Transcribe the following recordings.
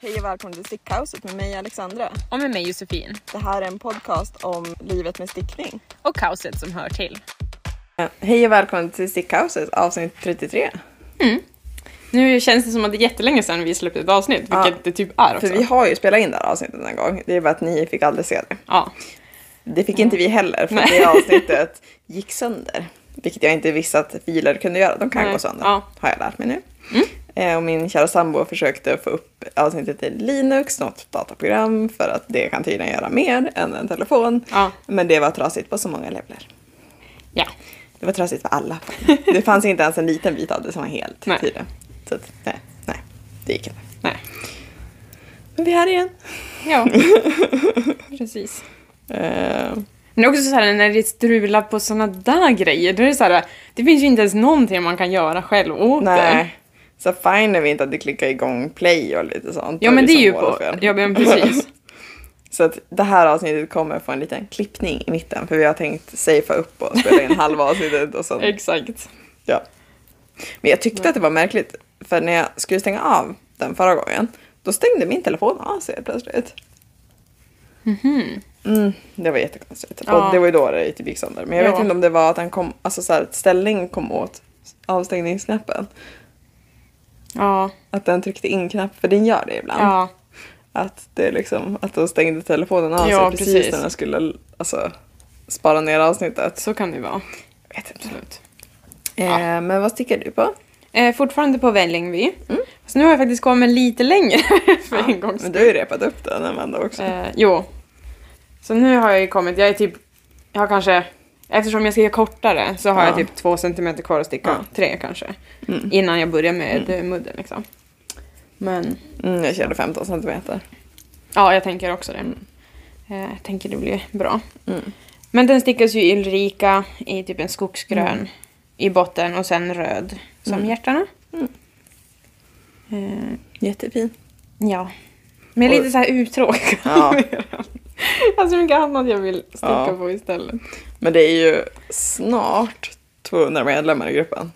Hej och välkommen till Stickkaoset med mig Alexandra. och med mig Josefin Det här är en podcast om livet med stickning. och kaoset som hör till. Hej och välkommen till Stickkaoset avsnitt 33. Nu känns det som att det är jättelänge sedan vi släppte ett avsnitt, vilket Ja. det typ är också. För vi har ju spelat in det här avsnittet en gång, det är bara att ni fick aldrig se det. Ja. Det fick inte vi heller för Nej. det avsnittet gick sönder. Vilket jag inte visste att filer kunde göra, de kan Nej, gå sönder. ja. Har jag lärt mig nu. Eh, Och min kära sambo försökte få upp avsnittet i Linux, något dataprogram, för att det kan tydligen göra mer än en telefon. Ja. Men det var trasigt på så många leveler. ja. Det var trasigt för alla. Det fanns inte ens en liten bit av det som var helt Nej. tydligen. Så att, nej, nej, det gick inte. Nej. Men vi är här igen. Ja. Precis. Eh, Men också så här när det strular på såna där grejer, då är det så här, det finns ju inte ens någonting man kan göra själv åt det. nej. Så fine är vi inte att det klickar igång play och lite sånt. Ja men det är ju som våra på... fel. Ja men precis. Så att det här avsnittet kommer få en liten klippning i mitten för vi har tänkt safea upp och spela in halva avsnittet och sen Exakt. Ja. Men jag tyckte att det var märkligt, för när jag skulle stänga av den förra gången, då stängde min telefon av sig helt plötsligt. Mm, det var jättekonstigt. Mhm. Ja. Och det var ju då det typ gick sönder. Men jag vet Ja. inte om det var att den kom, alltså så här, att ställningen kom åt avstängningsknappen. Ja. Att den tryckte in knapp, för den gör det ibland. Ja. Att det liksom, att den stängde telefonen av Ja, sig precis, precis. när den skulle alltså, spara ner avsnittet. Så kan det ju vara. Jag vet inte. Absolut. Eh, men vad stickar du på? Eh, fortfarande på Vällingby. Mm. Fast nu har jag faktiskt kommit lite längre för en gångs Men du har ju repat upp den Amanda också. Eh, jo. Så nu har jag ju kommit, jag är typ, jag har kanske, eftersom jag ska göra kortare så har Ja. jag typ två centimeter kvar att sticka, Ja. tre kanske. Innan jag börjar med mm. mudden liksom. Men Mm, jag körde 15 centimeter. ja, jag tänker också det. Mm. Eh, jag tänker det blir bra. Mm. Men den stickas ju i Ulrika i typ en skogsgrön Mm. i botten och sen röd som hjärtarna. Mm. Eh, Jättefin. Ja. Men jag är Och- lite så här uttråkad. Ja. alltså mycket annat jag vill sticka Ja. på istället. Men det är ju snart 200 medlemmar i gruppen.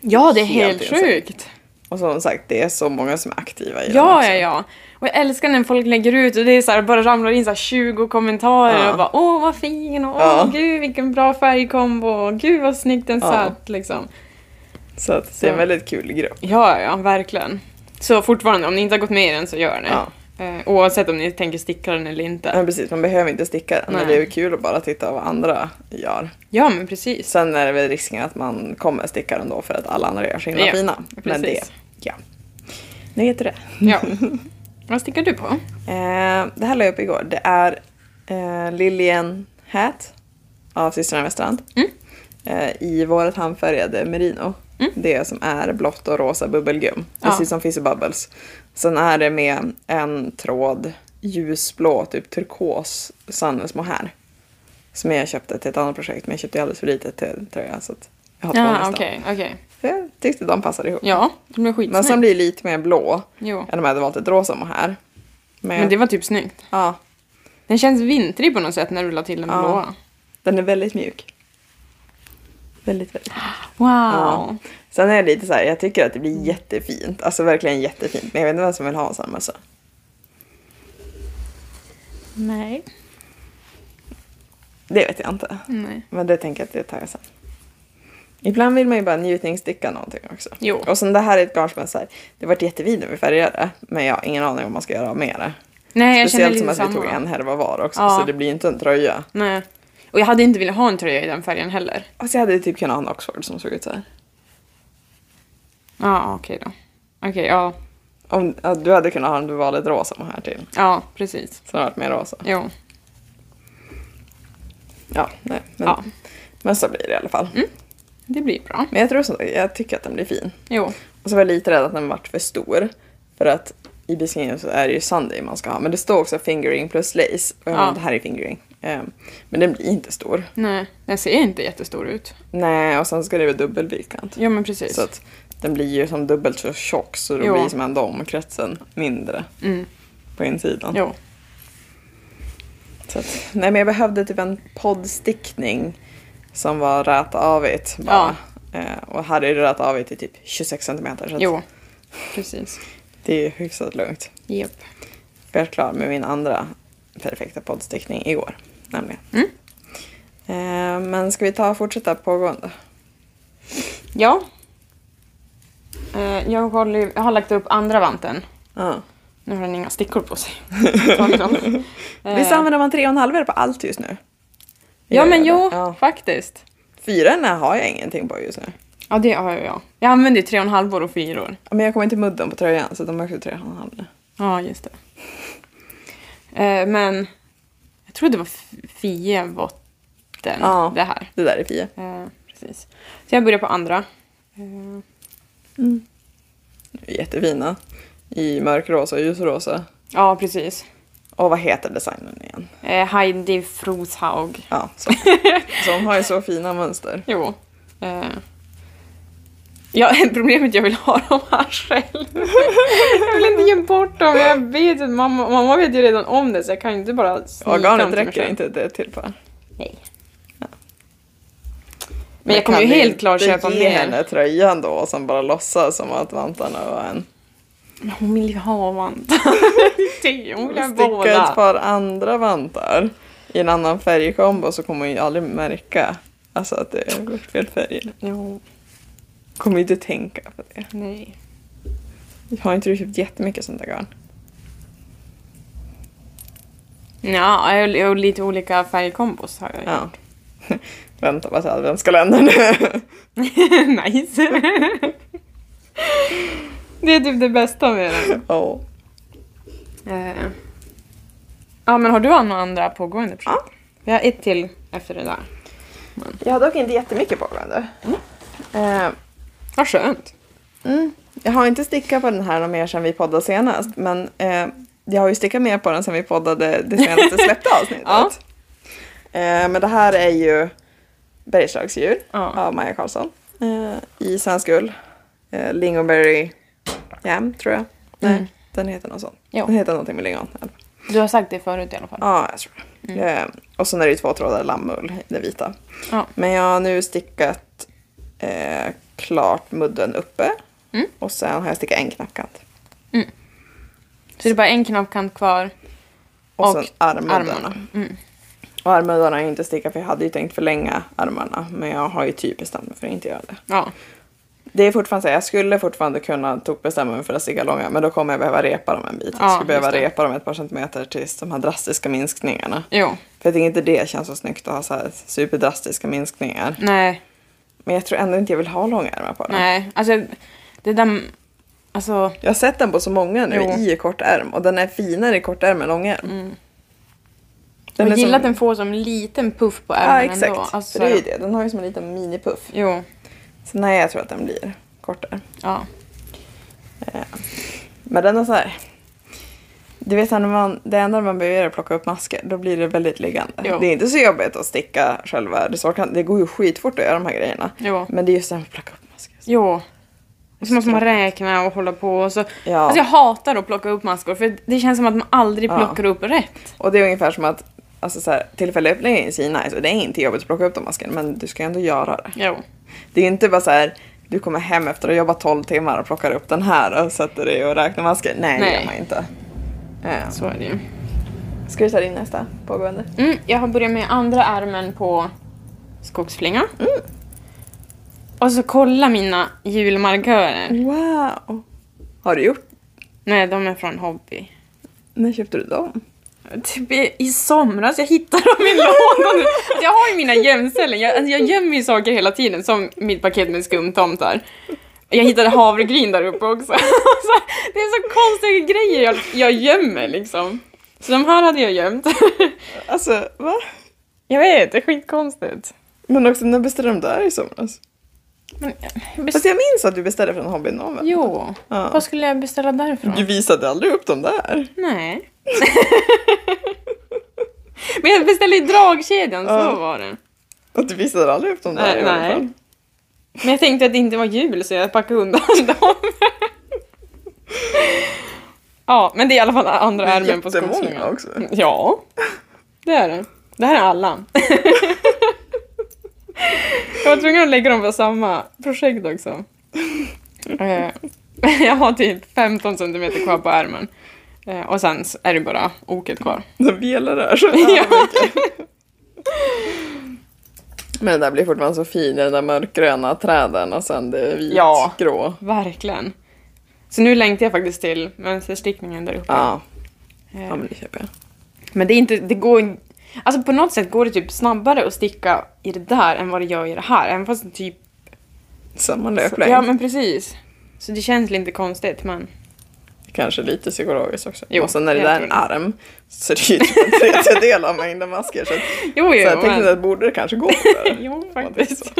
Ja, det är Helt helt, insane. sjukt. Och som sagt, det är så många som är aktiva i den Ja, också. ja, ja. Och jag älskar när folk lägger ut och det är så här, bara ramlar in så här 20 kommentarer Ja. och bara åh vad fin och åh Ja. gud vilken bra färgkombo och gud vad snyggt den Ja. satt liksom. Så att det är en Så. väldigt kul grupp. Ja, ja, verkligen. Så fortfarande, om ni inte har gått med i den så gör det. Ja. Eh, oavsett om ni tänker sticka den eller inte. Men precis, man behöver inte sticka den. Men Nej. det är ju kul att bara titta vad andra gör. Ja, men precis. Sen är det väl risken att man kommer sticka den då för att alla andra gör så himla Ja, fina. Men det, precis. ja. Nu vet du det. Ja. vad stickar du på? Mm? Eh, det här la jag upp igår. Det är eh, Lillian Hat av systrarna Westrand. Mm. Eh, I vårt handfärgade merino. Det som är blått och rosa bubbelgum. Ja. Precis som Fizzy Bubbles. Sen är det med en tråd ljusblå, typ turkos, Sannes mohair. Som jag köpte till ett annat projekt men jag köpte alldeles för lite till tröjan så att jag har två Ja, nästan. okej, okej. För jag tyckte de passade ihop. Ja, det blev skitsnyggt. men sen blir det lite mer blå Jo. än om jag hade valt ett rosa mohair. Men, Men det var typ snyggt. ja, Den känns vintrig på något sätt när du la till den Ja. blåa. Den är väldigt mjuk. Väldigt, väldigt. Wow! Ja. Sen är det lite så här, jag tycker att det Mm. blir jättefint. Alltså verkligen jättefint. Men jag vet inte vem som vill ha en sån alltså. mössa. Nej. Det vet jag inte. Nej. Men det tänker jag att det tar jag sen. Ibland vill man ju bara njutningssticka någonting också. Jo. Och sen det här är ett garn som är så här, det vart jättefint när vi färgade det, men jag har ingen aning om man ska göra av med det. Nej, jag känner Speciellt som lite att samma. vi tog en härva var också, Ja. så det blir ju inte en tröja. Nej. Och jag hade inte velat ha en tröja i den färgen heller. Alltså jag hade ju typ kunnat ha en Oxford som såg ut så här. Ja, okej då. Okej, ja. Om, ja, du hade kunnat ha en du valde ett rosa här till. Ja, precis. Så det hade varit mer rosa. Jo. Ja, nej. Men, Ja. men så blir det i alla fall. Mm. Det blir bra. Men jag tror som sagt, jag tycker att den blir fin. Jo. Och så var jag lite rädd att den vart för stor. För att i beskrivningen så är det ju Sunday man ska ha. Men det står också fingering plus lace. Och jag Ja. menar, det här är fingering. Ehm, Men den blir inte stor. Nej, den ser inte jättestor ut. Nej, och sen ska det vara dubbel virkant. Jo, men precis. Så att den blir ju som dubbelt så tjock så då Jo. blir som ändå omkretsen mindre Mm. på insidan. Jo. Så att, nej men jag behövde typ en poddstickning som var rätavigt Ehm, bara. Ja. Och här är det rätavigt i typ 26 centimeter. Så att Jo. Precis. Det är ju hyfsat lugnt. Japp. För jag är klar med min andra perfekta poddstickning igår. Nämligen. Mm. Eh, men ska vi ta fortsätta pågående? Ja. Eh, jag, håller, ju- jag har lagt upp andra vanten. Ja. Nu har den inga stickor på sig. Tvärtom. Eh, Visst använder man tre och en halv på allt just nu? Ja Gör men jag jo, det? Ja. faktiskt. Fyran har jag ingenting på just nu. Ja det har jag. Jag använder ju tre och en halvor och fyror. Ja, Men jag kommer inte mudden på tröjan så de är också tre och en halv nu. Ja, just det. Eh, men jag tror det var f- Fiebotten, Ja. det här. Det där är Fia. Eh, precis. Så jag börjar på andra. Eh, Jättefina. I mörkrosa och ljusrosa. ja, precis. Och vad heter designen igen? Eh, Heidi Froshaug. Ja, så. så hon har ju så fina mönster. Jo. Eh, ja, problemet jag vill ha dem här själv. jag vill inte ge bort dem. Jag vet att mamma, mamma vet ju redan om det så jag kan ju inte bara snika dem Organet till mig räcker själv. inte det till på. Men Nej. Men jag kommer ju kan helt inte klart köpa ge mer. henne tröjan då och sen bara låtsas som att vantarna var en. Men hon vill ju ha vant. hon vill Sticka ha ett båda. par andra vantar i en annan färgkombo så kommer hon ju aldrig märka alltså att det är fel färg. Jo, Kommer ju inte tänka på det. nej. Har inte du köpt jättemycket sånt där garn? Ja, jag- jag har lite olika färgkombos har jag Ja. Vänta bara till adventskalendern. Nice. det är typ det bästa med den. oh. Eh. Ja, men har du några andra pågående projekt? Ja. Vi har ett till efter det där. Jag har dock inte jättemycket pågående. Mm. Eh, Vad skönt. Mm. Jag har inte stickat på den här någon mer sen vi poddade senast. Men eh, jag har ju stickat mer på den sen vi poddade det senaste släppta avsnittet. Ja. eh, men det här är ju Bergslagsdjur Ja. av Maja Karlsson. Eh, I svensk ull. Eh, Lingonberry jam tror jag. Nej, Mm. den heter något sånt. Jo. Den heter någonting med lingon. Ja, Du har sagt det förut i alla fall. jag tror det. Mm. Eh, och sen är det ju två trådar lammull, det vita. Ja. Men jag har nu stickat eh, klart mudden uppe. Mm. Och sen har jag stickat en knappkant. Så det är bara en knappkant kvar. Och, Och sen armmuddarna. Armarna. Mm. Och armmuddarna har jag inte stickat för jag hade ju tänkt förlänga armarna. Men jag har ju typ bestämt mig för att inte göra det. Ja. Det är fortfarande så här, jag skulle fortfarande kunna tokbestämma mig för att sticka långa. Men då kommer jag behöva repa dem en bit. Ja, jag skulle behöva just det. repa dem ett par centimeter tills de här drastiska minskningarna. Jo. För jag tycker inte det känns så snyggt att ha så här superdrastiska minskningar. Nej. Men jag tror ändå inte jag vill ha långa ärmar på dem. Nej. Alltså, det där... Alltså, Jag har sett den på så många nu Jo. Mm. i kortärm. Och den är finare i kortärm än långärm. Den jag är gillar som- att den får som en liten puff Ja, på ärmen exakt. ändå. Alltså, För det är ju det. Den har ju som en liten minipuff. Jo. Så nej, jag tror att den blir kortare. Ja. Men den är så här. Du vet, när man, det enda man behöver göra är att plocka upp masker. Då blir det väldigt liggande. Jo. Det är inte så jobbigt att sticka själva resårkanten. Det går ju skitfort att göra de här grejerna. Jo. Men det är just det här med att plocka upp masker. Jo. Och så måste man räkna och hålla på och så. Ja. Alltså jag hatar att plocka upp maskor för det känns som att man aldrig Ja. plockar upp rätt. Och det är ungefär som att alltså så här, tillfällig öppning är så nice. Och det är inte jobbigt att plocka upp de maskerna, men du ska ändå göra det. Jo. Det är inte bara så här, du kommer hem efter att ha jobbat 12 timmar och plockar upp den här och sätter dig och räknar masker. Nej, det Nej. gör man inte. Eh, Så är det ju. Ska du ta din nästa pågående? Mm, jag har börjat med andra armen på skogsflinga. Mm, Och så kolla mina julmarkörer. Wow! Har du gjort? Nej, de är från Hobby. När köpte du dem? Typ i, i somras, jag hittade dem i lådan. Alltså jag har ju mina gömställen, jag, alltså jag gömmer ju saker hela tiden som mitt paket med skumtomtar. Jag hittade havregryn där uppe också. Alltså, det är så konstiga grejer jag, jag gömmer liksom. Så de här hade jag gömt. Alltså, va? Jag vet, det är skitkonstigt. Men också, när beställde de där i somras? Men, eh, Fast jag minns att du beställde från Hobbyn om, va? Jo, Ja. vad skulle jag beställa därifrån? Du visade aldrig upp dem där. Nej. Men jag beställde ju dragkedjan, Ja. så var det. Att du visade aldrig upp dem där Nej, i alla fall. nej. Men jag tänkte att det inte var jul så jag packade undan dem. ja, men det är i alla fall andra Det är ärmen på jättemånga skogsflingan. också. Ja, det är det. Det här är alla. jag var tvungen att lägga dem på samma projekt också. Eh, jag har typ 15 centimeter kvar på ärmen. Eh, och sen så är det bara oket kvar. Den velar där så ja. Men den där blir fortfarande så fin, den där mörkgröna träden och sen det Ja. vitgrå. Ja. Verkligen. Så nu längtar jag faktiskt till mönsterstickningen där uppe. Ja. Eh, ja, men det köper jag. Men det är inte, det går in- Alltså på något sätt går det typ snabbare att sticka i det där än vad det gör i det här. Även fast det typ... Samma löplängd. Ja men precis. Så det känns lite konstigt men... Kanske lite psykologiskt också. Jo, och sen när det jag där är tror en det. arm så är det ju typ en tredjedel av mängden masker. Så, att, Jo så jo jag tänkte men... att borde det kanske gå för. Jo Ja, det är så. faktiskt.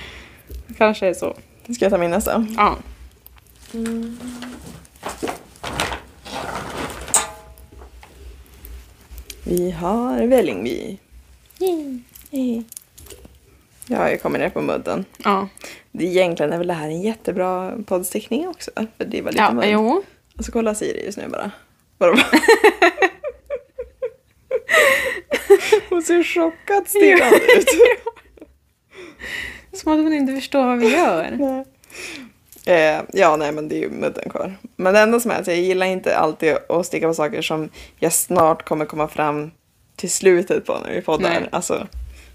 Kanske är så. Ska jag ta min nästa? Ja. Vi har Vällingby. Jag har ju kommit ner på mudden. Ja. Det egentligen är väl det här en jättebra poddstickning också. För det var lite Ja, mudd. jo. Och så kollar Siri just nu bara. Vadå? Hon ser chockat stirrande ut. Som att man inte förstår vad vi gör. Nej. Eh, ja, nej men det är ju mudden kvar. Men det enda som är att jag gillar inte alltid att sticka på saker som jag snart kommer komma fram till slutet på när vi poddar. Nej. Alltså,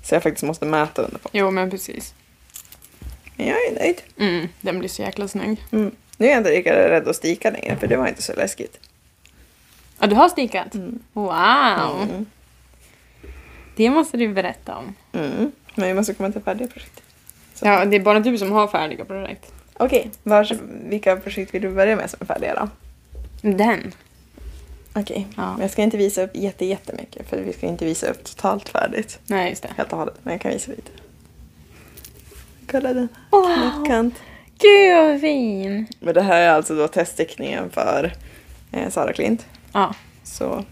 så jag faktiskt måste mäta under på. Jo men precis. Men jag är nöjd. Mm, den blir så jäkla snygg. Mm. Nu är jag inte lika rädd att sticka längre för det var inte så läskigt. Ja, du har stickat? Mm. Wow! Det måste du berätta om. Mm. Men vi måste komma till färdiga projekt. Ja, det är bara du som har färdiga projekt. Okej, vars, vilka projekt vill du börja med som är färdiga då? Den? Okej, Ja. men jag ska inte visa upp jätte, jättemycket för vi ska inte visa upp totalt färdigt. Nej, just det. Helt och hållet, men jag kan visa lite. Kolla den. Wow! Nattkant. Gud vad fin! Men det här är alltså då teststickningen för eh, Sara Klint. Ja, Så, som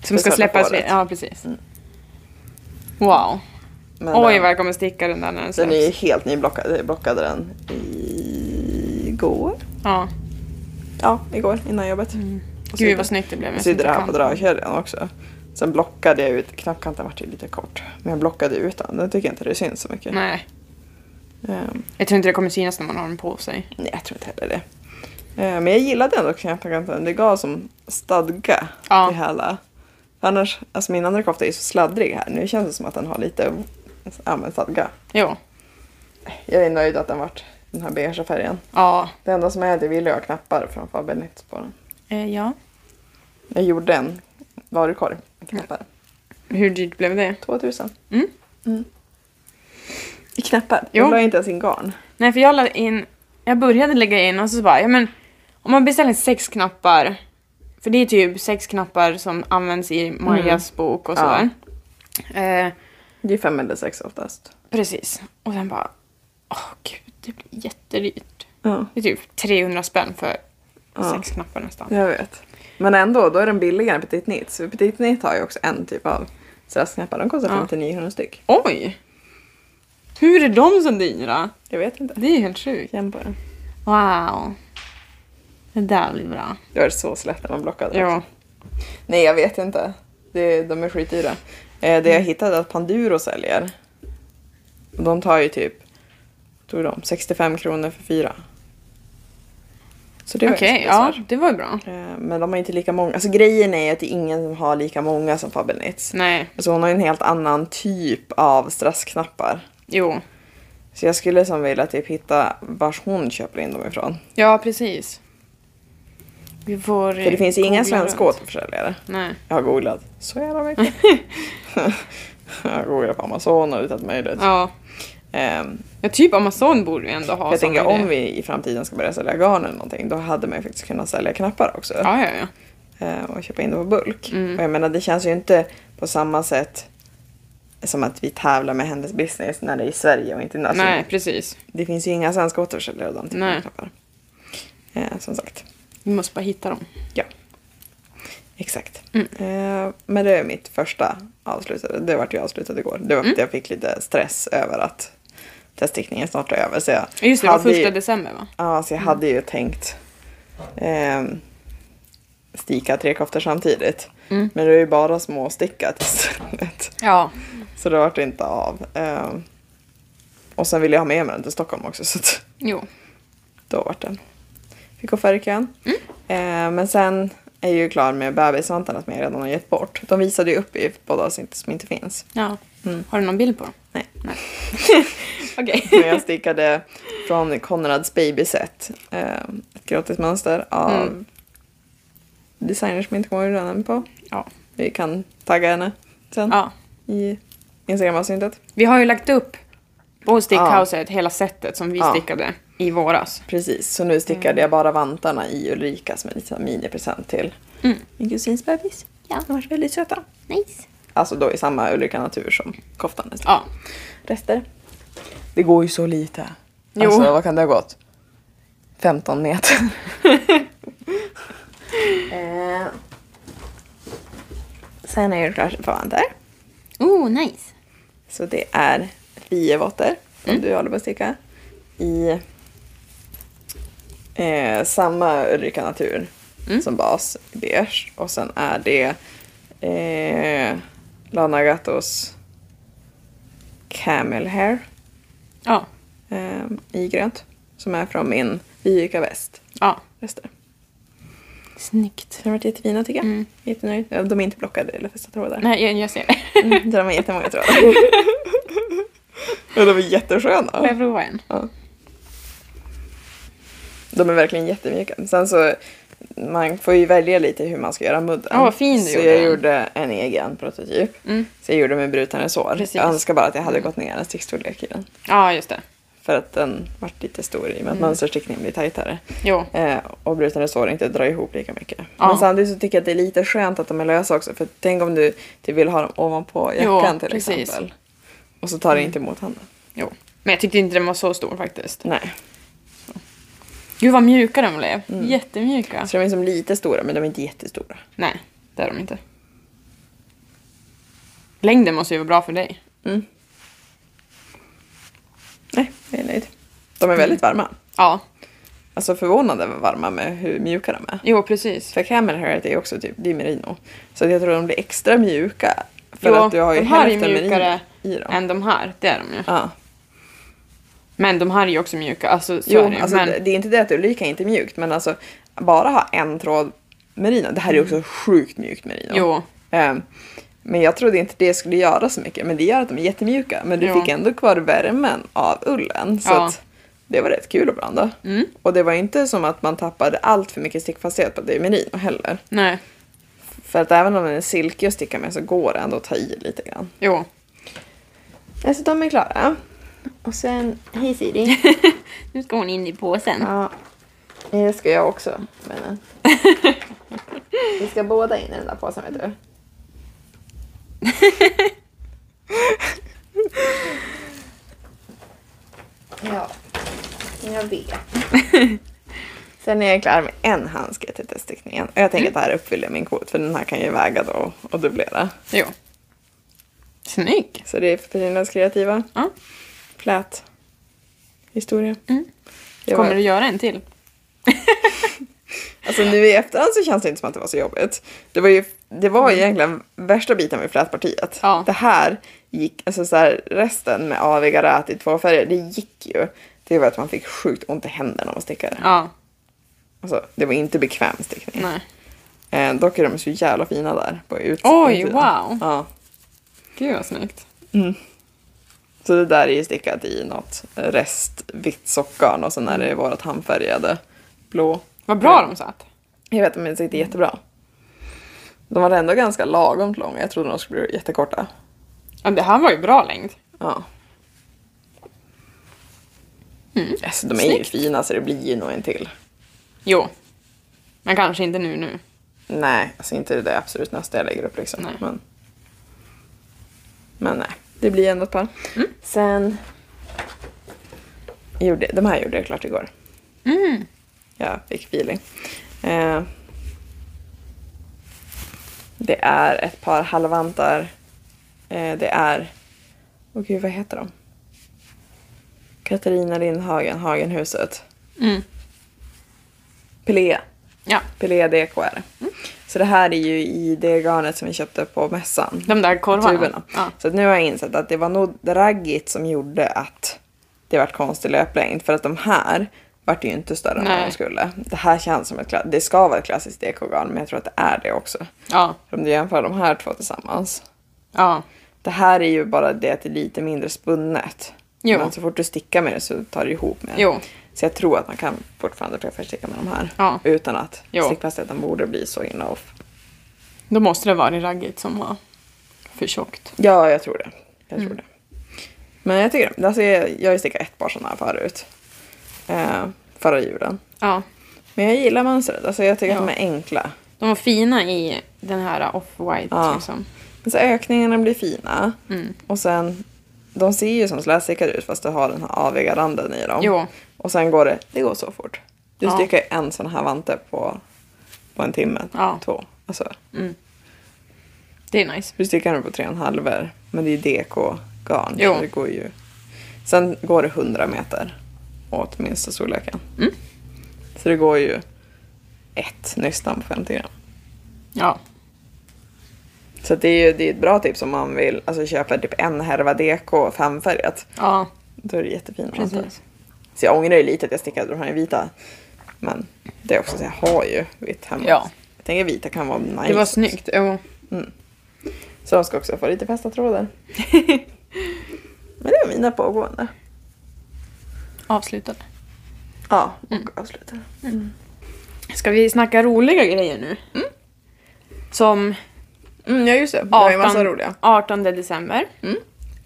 ska Speciellt släppas. på Vid, håret. ja, precis. Mm. Wow! men Oj, den, vad jag kommer sticka den där när den den är ju släpps. helt nyblockad. Jag blockade den igår. Ja. Ja, igår innan jobbet. Och Mm. Gud sydde. vad snyggt det blev. med sydde det här på kanten. dragkedjan också. Sen blockade jag ut, knappkanten vart ju lite kort. Men jag blockade ut den, den tycker jag inte det syns så mycket. Nej, Ehm, jag tror inte det kommer synas när man har den på sig. nej, jag tror inte heller det. Ehm, men jag gillade ändå knappkanten, det gav som stadga Ja. till hela. Annars, alltså min andra kofta är ju så sladdrig här, nu känns det som att den har lite ja, men stadga. Jo. Jag är nöjd att den vart den här beigea färgen. Ja. Det enda som är det vill jag ha knappar från Faber Nets på den. Eh, ja. Jag gjorde en varukorg med knappar. Hur dyrt blev det? 2000. Mm. I knappar? Jo. Jag la inte ens in garn. Nej, för jag la in... Jag började lägga in och så bara, ja men... Om man beställer sex knappar... För det är typ sex knappar som används i Majas bok Ja. och sådär. Eh, Det är fem eller sex oftast. precis. Och sen bara... Åh gud, det blir jättedyrt. Ja, Det är typ 300 spänn för Ja. sex knappar nästan. jag vet. Men ändå, då är den billigare än Petit Nit. Så Petit Nit har ju också en typ av strassknappar. De kostar Ja. 59 kronor styck. Oj! Hur är de så dyra? Jag vet inte. Det är helt sjukt. Känn på den. Wow. Det där blir bra. Det var så slätt när man blockade. Ja. Nej, jag vet inte. Det, de är skitdyra. Eh, det jag hittade att Panduro säljer. Och de tar ju typ tog de, 65 kronor för fyra. Så det var ju Okej, inte så ja, svårt. det var ju bra. Eh, Men de har inte lika många. Alltså grejen är ju att det är ingen som har lika många som Fabelnitz. Nej, Alltså hon har ju en helt annan typ av strassknappar. jo. Så jag skulle som vilja typ hitta vars hon köper in dem ifrån. Ja, precis. Vi får... För det finns ju inga svenska åt. återförsäljare. Nej. Jag har googlat så jävla mycket. jag har googlat på Amazon och ut allt möjligt. Ja. Ehm, ja, typ Amazon borde vi ändå ha jag som tänker idé. om vi i framtiden ska börja sälja garn eller någonting då hade man ju faktiskt kunnat sälja knappar också. Ja, ja, ja. eh, och köpa in det på bulk. Mm. Och jag menar det känns ju inte på samma sätt som att vi tävlar med hennes business när det är i Sverige och inte alltså, Nej, precis. Det finns ju inga svenska återförsäljare av de typen av Nej. knappar. Eh, som sagt, Vi måste bara hitta dem. ja. Exakt. Mm. Eh, men det är mitt första avslutade. Det vart ju avslutat igår. Det Mm. var för att jag fick lite stress över att teststickningen snart är över. Så jag Just det, det var hade ju- första december va? Ja, så jag hade ju tänkt ehm, sticka tre koftor samtidigt. Mm. Men det är ju bara små stickat istället. Ja. Så det vart inte av. Ehm, och sen ville jag ha med mig den till Stockholm också så att Jo. då vart den. fick gå färgkön. Mm. Eh, men sen är jag ju klar med bebisvantarna som jag redan har gett bort. De visade ju upp i båda avsnitt som inte finns. Ja. Har du någon bild på dem? Nej. Mm. Nej. Okej. Men jag stickade från Konrads babyset. Eh, ett gratis mönster av Mm. designer som jag inte kommer ihåg namnet på. Ja. Vi kan tagga henne sen ja. i Instagram-avsnittet. Vi har ju lagt upp på Stickhouse hela sättet som vi Ja. stickade i våras. Precis, så nu stickade jag bara vantarna i Ulrika som en liten minipresent till Mm. min kusins bebis. Ja. De var väldigt söta. Nice. Alltså då i samma Ulrika Natur som koftan nästan. Ja. Rester. Det går ju så lite. Jo. Alltså vad kan det ha gått? 15 meter. eh. Sen är jag klar för vantar. Oh, nice. Så det är Fievotter som du håller på att sticka. I eh, samma Ulrika Natur som bas, beige. Och sen är det eh, Lana Gattos Camel Hair Ja. eh, i grönt. Som är från min Vika Väst. Ja. Rester. Snyggt. De har varit jättefina tycker jag. Mm. Jättenöjd. Eh, De är inte plockade eller fästa trådar. Nej, jag, jag ser det. Mm, de har jättemånga trådar. Ja, de är jättesköna. Får jag prova en? Ja. De är verkligen jättemjuka. Sen så, man får ju välja lite hur man ska göra mudden. Ja, vad fin du Så gjorde jag den. gjorde en egen prototyp. Mm. Så jag gjorde med brutna sår. Precis. Jag önskar bara att jag hade gått ner en stickstorlek i den. Ja, just det. För att den vart lite stor i och med Mm. att mönsterstickningen blir tajtare. Jo. Eh, och brutna sår inte drar ihop lika mycket. Ja. Men samtidigt så tycker jag att det är lite skönt att de är lösa också. För tänk om du typ vill ha dem ovanpå Jo, jackan till precis. Mm. exempel. Och så tar det inte emot handen. jo. Men jag tyckte inte den var så stor faktiskt. Nej. Gud vad mjuka de blev. Jättemjuka. Så de är som lite stora men de är inte jättestora. Nej, det är de inte. Längden måste ju vara bra för dig. Mm. Nej, jag är nöjd. De Mm. är väldigt varma. Ja. Alltså förvånande varma med hur mjuka de är. Jo, precis. För camel hair är ju också typ, det är merino. Så jag tror de blir extra mjuka. För Jo, att du har ju de här är hälften merino mjukare i dem. än de här. Det är de ju. Ja. Men de här är ju också mjuka. Alltså, så är Jo, det ju. alltså, men... det, det är inte det att Ulrika inte är mjukt, men alltså bara ha en tråd merino. Det här är ju också sjukt mjukt merino. Mm. Jo. Ehm, men jag trodde inte det skulle göra så mycket, men det gör att de är jättemjuka. Men du Jo. fick ändå kvar värmen av ullen. Så Ja. att det var rätt kul att blanda. Mm. Och det var inte som att man tappade allt för mycket stickfasthet på att det är merino heller. Nej. För att även om den är silkig att sticka med så går det ändå att ta i lite grann. Jo. Alltså de är klara. Och sen, hej Siri. Nu ska hon in i påsen. ja, det ska jag också. Men... Vi ska båda in i den där påsen vet du. ja, jag vet. Sen är jag klar med en handske till teststickningen. Och jag tänker att det här uppfyller min kvot för den här kan ju väga då och dubblera. Jo. Snygg. Så det är Petrinas kreativa Ja. plät historia. Mm. Det var- Kommer du göra en till? Alltså nu i efterhand så känns det inte som att det var så jobbigt. Det var ju det var egentligen värsta biten med flätpartiet. Mm. Ja. Det här gick, alltså så här, resten med aviga rät i två färger, det gick ju. Det var att man fick sjukt ont i händerna av att sticka det. Ja. Alltså, det var inte bekväm stickning. Nej. Eh, dock är de så jävla fina där på ut- Oj, utsidan. wow. Ja. Gud vad snyggt. Så det där är ju stickat i något rest vitt sockgarn och sen är det vårat handfärgade blå. Mm. Eh, Vad bra de satt. Jag vet, men de Mm. sitter jättebra. De var ändå ganska lagom långa. Jag trodde de skulle bli jättekorta. Ja, det här var ju bra längd. Ja. Alltså, de är ju Mm. Snyggt. fina så det blir ju nog en till. Jo. Men kanske inte nu nu. Nej, alltså inte det där absolut nästa jag lägger upp liksom. Nej. Men, men nej, det blir ändå ett par. Mm. Sen gjorde, de här gjorde jag klart igår. Mm. Jag fick feeling. Eh, det är ett par halvvantar. Eh, det är... Åh gud, vad heter de? Katarina Lindhagen, Hagenhuset. Mm. Pelé. Ja. Pelé DK är det. Så det här är ju i det garnet som vi köpte på mässan. De där korvarna. Tuberna. Ja. Så att nu har jag insett att det var nog raggigt som gjorde att det vart konstig löplängd. För att de här vart det ju inte större än Nej. vad de skulle. Det här känns som ett, kla- det ska vara ett klassiskt dekorgan men jag tror att det är det också. Ja. Om du jämför de här två tillsammans. Ja. Det här är ju bara det att det är lite mindre spunnet. Jo. Men så fort du stickar med det så tar det ihop med det. Jo. Så jag tror att man kan fortfarande prefärsticka med de här. Ja. Utan att Jo. stickfastheten borde bli så in off. Då måste det vara det ragget som var för tjockt. Ja, jag tror det. Jag Mm. tror det. Men jag tycker det. Alltså jag, jag har ju stickat ett par sådana här förut. Eh, förra julen. Ja. Men jag gillar mönstret. Alltså jag tycker Ja. att de är enkla. De var fina i den här off-white Ja. liksom. Men så ökningarna blir fina. Mm. Och sen, de ser ju som slätstickade ut fast du har den här aviga randen i dem. Jo. Och sen går det, det går så fort. Du Ja. stickar ju en sån här vante på, på en timme. Ja. Två. Alltså, Mm. Det är nice. du stickar den på tre och en halver. Men det är DK-garn. Jo. så Det går ju. Sen går det 100 meter åt minsta storleken. Mm. Så det går ju ett nystan på 50 gram. Ja. Så det är ju det är ett bra tips om man vill alltså, köpa typ en härva DK femfärgat. Ja. Då är det jättefint. Precis. Så jag ångrar ju lite att jag stickade de här i vita. Men det är också så jag har ju vitt hemma. Ja. Jag tänker vita kan vara nice. Det var snyggt. Jo. Så de ska också få lite fästa trådar. Men det var mina pågående. Avslutade. Ja, och Mm. avslutar. Ska vi snacka roliga grejer nu? Som Mm, ja just det, det var ju 18, massa roliga. 18 december. Mm.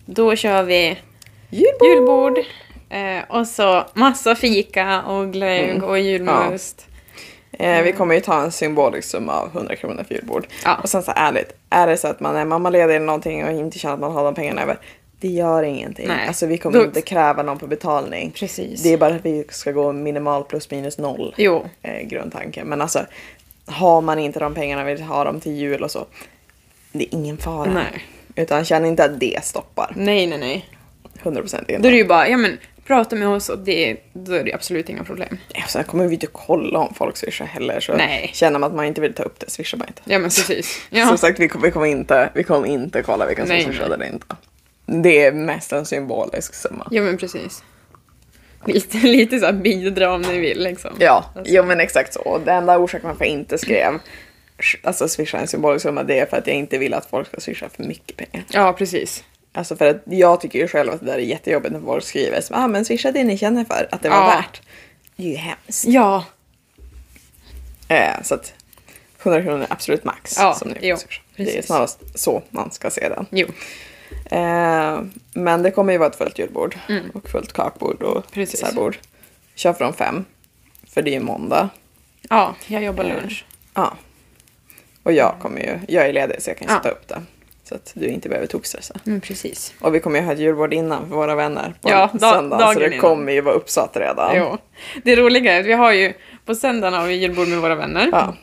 Då kör vi Julbord! julbord. Eh, och så massa fika och glögg och julmust. Eh, vi kommer ju ta en symbolisk summa av 100 kronor för julbord. Ja. Och sen så ärligt, är det så att man är mammaledig eller någonting och inte känner att man har de pengarna över. Det gör ingenting. Nej. Alltså vi kommer Då- inte kräva någon på betalning. Precis. Det är bara att vi ska gå minimal plus minus noll. Jo. eh, grundtanke. Men alltså, har man inte de pengarna vill ha dem till jul och så. Det är ingen fara. Nej. Utan känn inte att det stoppar. Nej, nej, nej. 100 procent inte. Då är det ju bara, ja men prata med oss och det, då är det absolut inga problem. Och Sen kommer vi inte kolla om folk swishar heller. Så Nej. känner man att man inte vill ta upp det, swishar man inte. Ja men precis. Ja. Som sagt, vi kommer, vi kommer inte, vi kommer inte kolla vilka som Nej, swishade nej. eller inte. Det är mest en symbolisk summa. Ja men precis. Lite, lite så här bidra om ni vill liksom. Ja, jo men exakt så. Och Den enda orsaken varför jag inte skrev alltså swisha en symbolisk summa det är för att jag inte vill att folk ska swisha för mycket pengar. Ja precis. Alltså för att jag tycker ju själv att det där är jättejobbigt när folk skriver som ah, men swisha det ni känner för, att det var Ja. värt. Det är ju hemskt. Ja. Eh, så att 100 kronor är absolut max Ja, som ni jo, får swisha. Det är precis. snarast så man ska se den. Jo. Eh, men det kommer ju vara ett fullt julbord och fullt kakbord och Mm. Precis. dessertbord. Kör från fem, för det är ju måndag. Ja, jag jobbar Eh. lunch. Ja. Och jag kommer ju, jag är ledig så jag kan Ja. sätta upp det. Så att du inte behöver tokstressa. Mm, precis. Och vi kommer ju ha ett julbord innan för våra vänner på Ja, en da- söndag. så dagen det innan. kommer ju vara uppsatt redan. Jo. Det roliga är att vi har ju, på söndagen har vi julbord med våra vänner. Ja.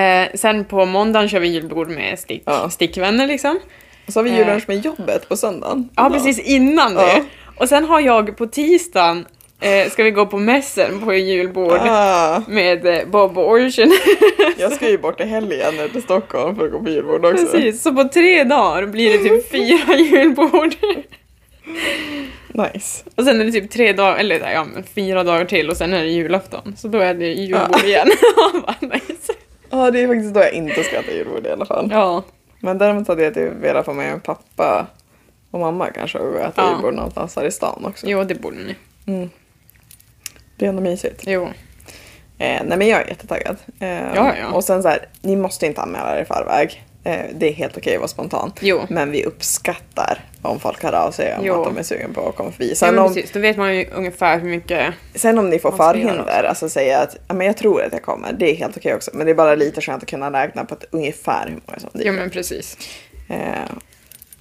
Eh, sen på måndagen kör vi julbord med stick, Ja. stickvänner liksom. Och så har vi Eh. jullunch med jobbet på söndagen. Ja, precis innan Ja. det. Och sen har jag på tisdagen, eh, ska vi gå på mässen på julbord Ah, med eh, Bob och Orchen. jag ska ju bort i helgen ner till Stockholm för att gå på julbord också. Precis, så på tre dagar blir det typ fyra julbord. Nice. Och sen är det typ tre dagar, eller ja, men fyra dagar till och sen är det julafton. Så då är det julbord igen. Vad nice. Ja, det är faktiskt då jag inte ska äta julbord i alla fall. Ja, Men däremot hade jag typ velat få med pappa och mamma kanske och äta Ja. julbord någonstans här i stan också. jo det borde ni. Mm. Det är ändå mysigt. Jo. Eh, nej men jag är jättetaggad. Eh, Ja, ja. Och sen så här, ni måste inte anmäla er i förväg. Eh, det är helt okej att vara spontan. Jo. Men vi uppskattar om folk hör av sig om Jo. att de är sugen på att komma förbi. Ja, Sen, men om, precis, då vet man ju ungefär hur mycket... sen om ni får Man ska göra förhinder, alltså säga att ja, men jag tror att jag kommer, det är helt okej också. Men det är bara lite skönt att kunna räkna på ett, ungefär hur många som Jo dyker upp. men precis. Eh,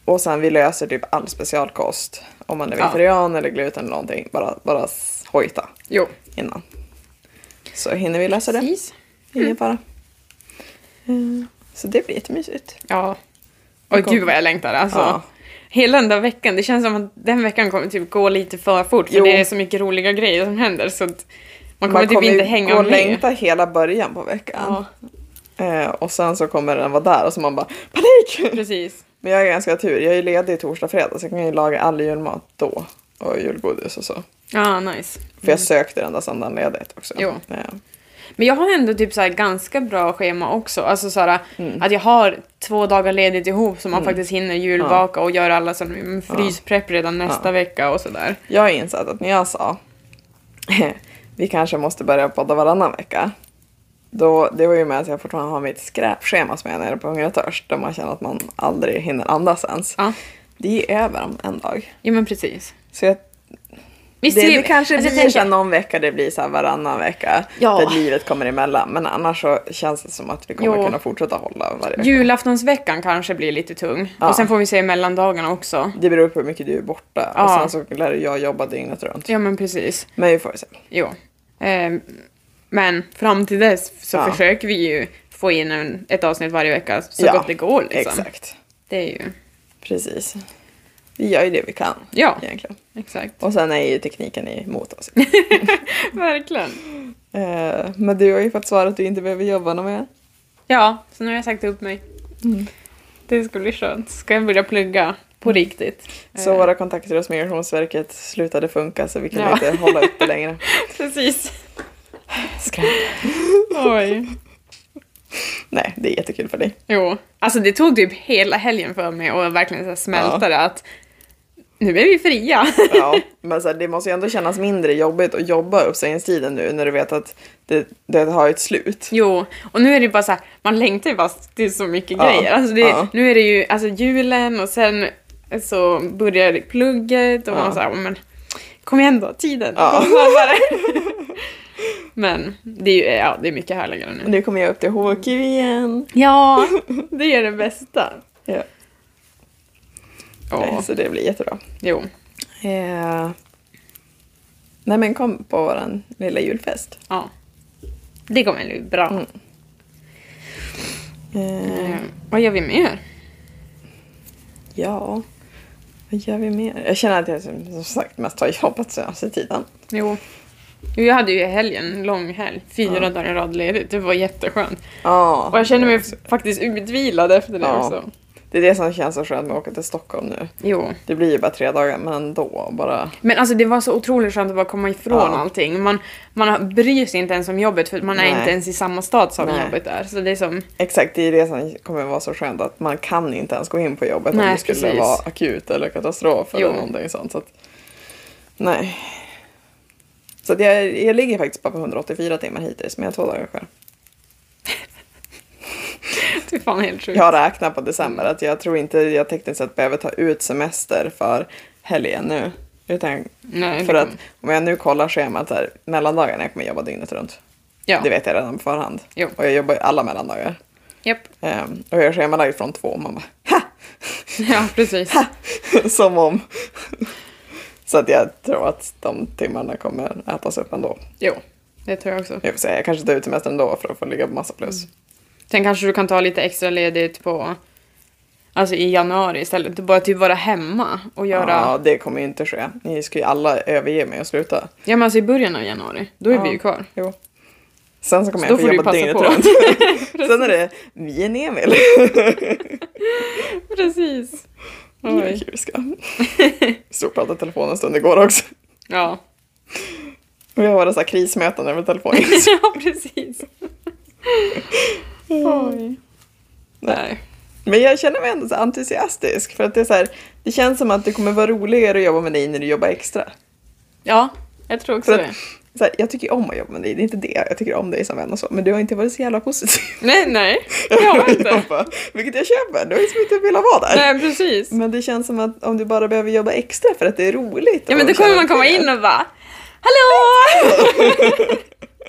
och sen vi löser typ all specialkost. Om man är Ja. vegetarian eller gluten eller någonting. Bara, bara s- hojta Jo. innan. Så hinner vi lösa det. Precis. Mm. Ingen fara. Eh, Så det blir jättemysigt. Ja. Och gud vad jag längtar alltså. Ja. Hela den där veckan, det känns som att den veckan kommer typ gå lite för fort för Jo. det är så mycket roliga grejer som händer så att man kommer, typ ju inte hänga gå och med. längta hela början på veckan. Ja, Eh, och sen så kommer den vara där och så man bara panik! precis. Men jag är ganska tur, jag är ju ledig torsdag fredag så jag kan ju laga all julmat då. Och julgodis och så. Ja, nice. För jag sökte den där söndagen ledigt också. Mm. Jo. Ja. Men jag har ändå typ så här ganska bra schema också. Alltså så här, Mm. att jag har två dagar ledigt ihop så man faktiskt hinner julbaka och göra alla sådana frysprepp redan nästa vecka och sådär. Jag har insett att när jag sa vi kanske måste börja podda varannan vecka. Då, det var ju med att jag fortfarande har mitt skräpschema som jag är nere på Hungriga Törst där man känner att man aldrig hinner andas ens. Ja. Det är över om en dag. Ja, men precis. Så jag Visst det, är- det kanske alltså, jag blir tänker- sen någon vecka, det blir så här varannan vecka. Ja. För att livet kommer emellan. Men annars så känns det som att vi kommer Jo. kunna fortsätta hålla varje vecka. Julaftonsveckan kanske blir lite tung. Ja. Och sen får vi se mellandagarna också. Det beror på hur mycket du är borta. Ja. Och sen så lär jag jobba dygnet runt. Ja, men precis. Men vi får se. Jo. Ehm, men fram till dess så Ja. försöker vi ju få in en, ett avsnitt varje vecka så Ja, gott det går. Liksom. Exakt. Det är ju... Precis. Vi gör ju det vi kan. Ja, Egentligen. exakt. Och sen är ju tekniken emot oss. Verkligen. Eh, Men du har ju fått svar att du inte behöver jobba något mer. Ja, så nu har jag sagt upp mig. Mm. Det ska bli skönt. Ska jag börja plugga på riktigt. Så Eh, våra kontakter hos Migrationsverket slutade funka så vi kunde Ja. inte hålla uppe längre. Precis. Skräp. Oj. Nej, det är jättekul för dig. Jo. Alltså det tog typ hela helgen för mig att verkligen så här smälta det att nu är vi fria. Ja, men så här, det måste ju ändå kännas mindre jobbigt att jobba uppsägningstiden nu när du vet att det, det har ett slut. Jo, och nu är det bara så här, man längtar ju bara till så mycket Ja, grejer. Alltså det, ja. Nu är det ju alltså julen och sen så börjar plugget och Ja. man så här, men kom igen då, tiden Ja. går snabbare. men det är ju ja, det är mycket härligare Och nu. nu kommer jag upp till HQ igen. Ja, det är det bästa. Ja. Ja, Nej, så det blir jättebra. jo. Eh, Nej men kom på våran lilla julfest. Ja. Det kommer bli bra. Mm. Eh, Eh, vad gör vi mer? Ja, vad gör vi mer? Jag känner att jag som som sagt mest har jobbat senaste tiden. Jo. Jo, Jag hade ju i helgen, en lång helg, fyra Ja. dagar i rad ledigt. Det var jätteskönt. Ja, Och jag känner mig faktiskt utvilad efter det Ja. också. det är det som känns så skönt med att åka till Stockholm nu. Jo. Det blir ju bara tre dagar, men ändå bara... Men alltså det var så otroligt skönt att bara komma ifrån Ja. allting. Man, man bryr sig inte ens om jobbet för man Nej. är inte ens i samma stad som Nej. jobbet är. Så det är som, Exakt, det är det som kommer vara så skönt att man kan inte ens gå in på jobbet om Nej, det skulle precis. vara akut eller katastrof eller Jo. någonting sånt. Så att, nej. Så att jag, jag ligger faktiskt bara på 184 timmar hittills, men jag har två dagar kvar. det är fan helt sjukt. Jag har räknat på december att jag tror inte jag tekniskt sett behöver ta ut semester för helgen nu. Utan Nej, det för att kommer- om jag nu kollar schemat här, mellandagarna jag kommer jobba dygnet runt. ja. Det vet jag redan på förhand. Jo. Och jag jobbar ju alla mellandagar. Japp. Ehm, och jag är schemalagd från två, man bara Ja, precis. Som om. Så att jag tror att de timmarna kommer ätas upp ändå. Jo, det tror jag också. Jag, får säga, jag kanske tar ut semestern ändå för att få ligga på massa plus. Mm. Sen kanske du kan ta lite extra ledigt på, alltså i januari istället. Du bara typ vara hemma och göra, Ja, ja, det kommer ju inte ske. Ni ska ju alla överge mig och sluta. men alltså i början av januari, då är vi ju kvar. Jo. Sen så kommer Så jag då få får du jobba passa dygnet på. runt. Sen är det vi och Emil. Precis. Oj. Oj. Kul ska. Stod och pratade i telefon en stund igår också. Ja. Och jag har så här krismöten över telefon. ja, precis. Oj. Nej. Men jag känner mig ändå så entusiastisk för att det är så här, det känns som att det kommer vara roligare att jobba med dig när du jobbar extra. Ja, jag tror också För det. att, så här, jag tycker om att jobba med dig, det är inte det. Jag tycker om dig som vän och så, men du har inte varit så jävla positiv. Nej, nej. Det har jag inte. Bara, Vilket jag köper, du har liksom inte velat vara där. Nej, precis. Men det känns som att om du bara behöver jobba extra för att det är roligt. Ja, men och då kommer känna man komma trygghet. in och bara Hallå!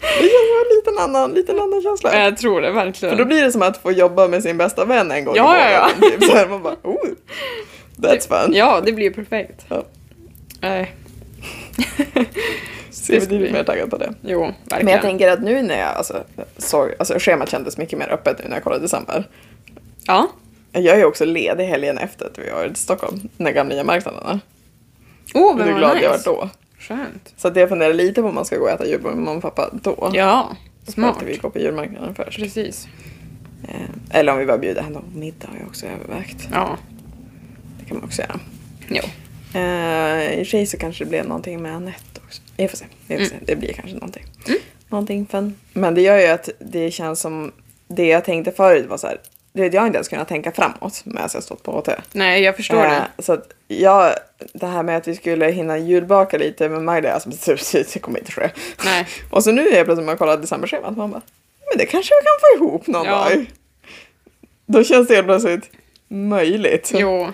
Det känns som en liten annan, liten annan känsla. Jag tror det, verkligen. För då blir det som att få jobba med sin bästa vän en gång Ja, ja, i ja. månaden. Typ så här, man bara, oh, that's fun. Ja, det blir ju perfekt. Ja. Nej. Så jag det ska blir lite bli. mer taggad på det. Jo, verkligen. Men jag tänker att nu när jag, alltså, såg, alltså schemat kändes mycket mer öppet nu när jag kollade i december. Ja. Jag är också ledig helgen efter att vi har varit i Stockholm, den där gamla marknaden. Åh, oh, Hur men glad vad nice. jag var då. Skönt. Så att jag funderar lite på om man ska gå och äta jul med mamma och pappa då. Ja, Smart. smart. vi går på julmarknaden först. Precis. Eh, Eller om vi bara bjuder henne på middag har jag också övervägt. Ja. Det kan man också göra. Jo. Eh, I och för sig så kanske det blev någonting med Anette också. Vi får se. Vi Mm. får se. Det blir kanske någonting. Någonting fun. Men det gör ju att det känns som det jag tänkte förut var så här. Det vet jag har inte ens kunnat tänka framåt medan jag stått på HT. Nej, jag förstår Eh, det. så att jag, det här med att vi skulle hinna julbaka lite med Magda, jag som det kommer inte ske. Nej. Och så nu är jag plötsligt när man kollar decemberschemat, man bara, men det kanske jag kan få ihop någon Ja. dag. Då känns det helt plötsligt möjligt. Jo.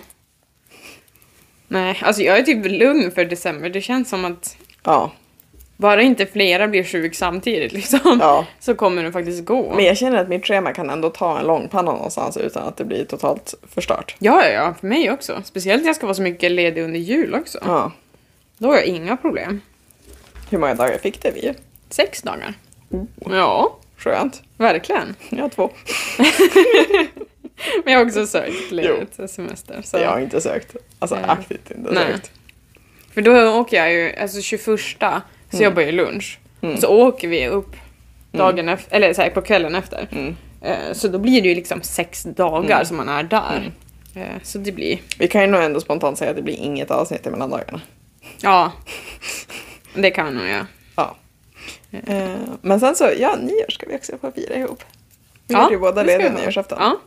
Nej, alltså jag är typ lugn för december. Det känns som att Ja. bara inte flera blir sjuk samtidigt liksom, Ja. så kommer det faktiskt gå. Men jag känner att mitt schema kan ändå ta en långpanna någonstans utan att det blir totalt förstört. Ja, ja, ja, för mig också. Speciellt när jag ska vara så mycket ledig under jul också. Ja. Då har jag inga problem. Hur många dagar fick det vi? Sex dagar. Oh. Ja, Skönt. verkligen. Jag har två. Men jag har också sökt ledigt semester. Så. Jag har inte sökt. Alltså Nej. aktivt inte Nej. sökt. För då åker jag ju, alltså 21 så Mm. jobbar jag ju lunch. Så åker vi upp dagen efter, eller så här, på kvällen efter. Mm. Eh, Så då blir det ju liksom sex dagar som man är där. Mm. Eh, Så det blir, Vi kan ju nog ändå spontant säga att det blir inget avsnitt emellan dagarna. ja. Det kan man nog göra. Ja. Eh, Men sen så, ja, nyår ska vi också få fira ihop. Vi Ja, gjorde ju båda det ska lediga vi ha. nyårsafton. Ja.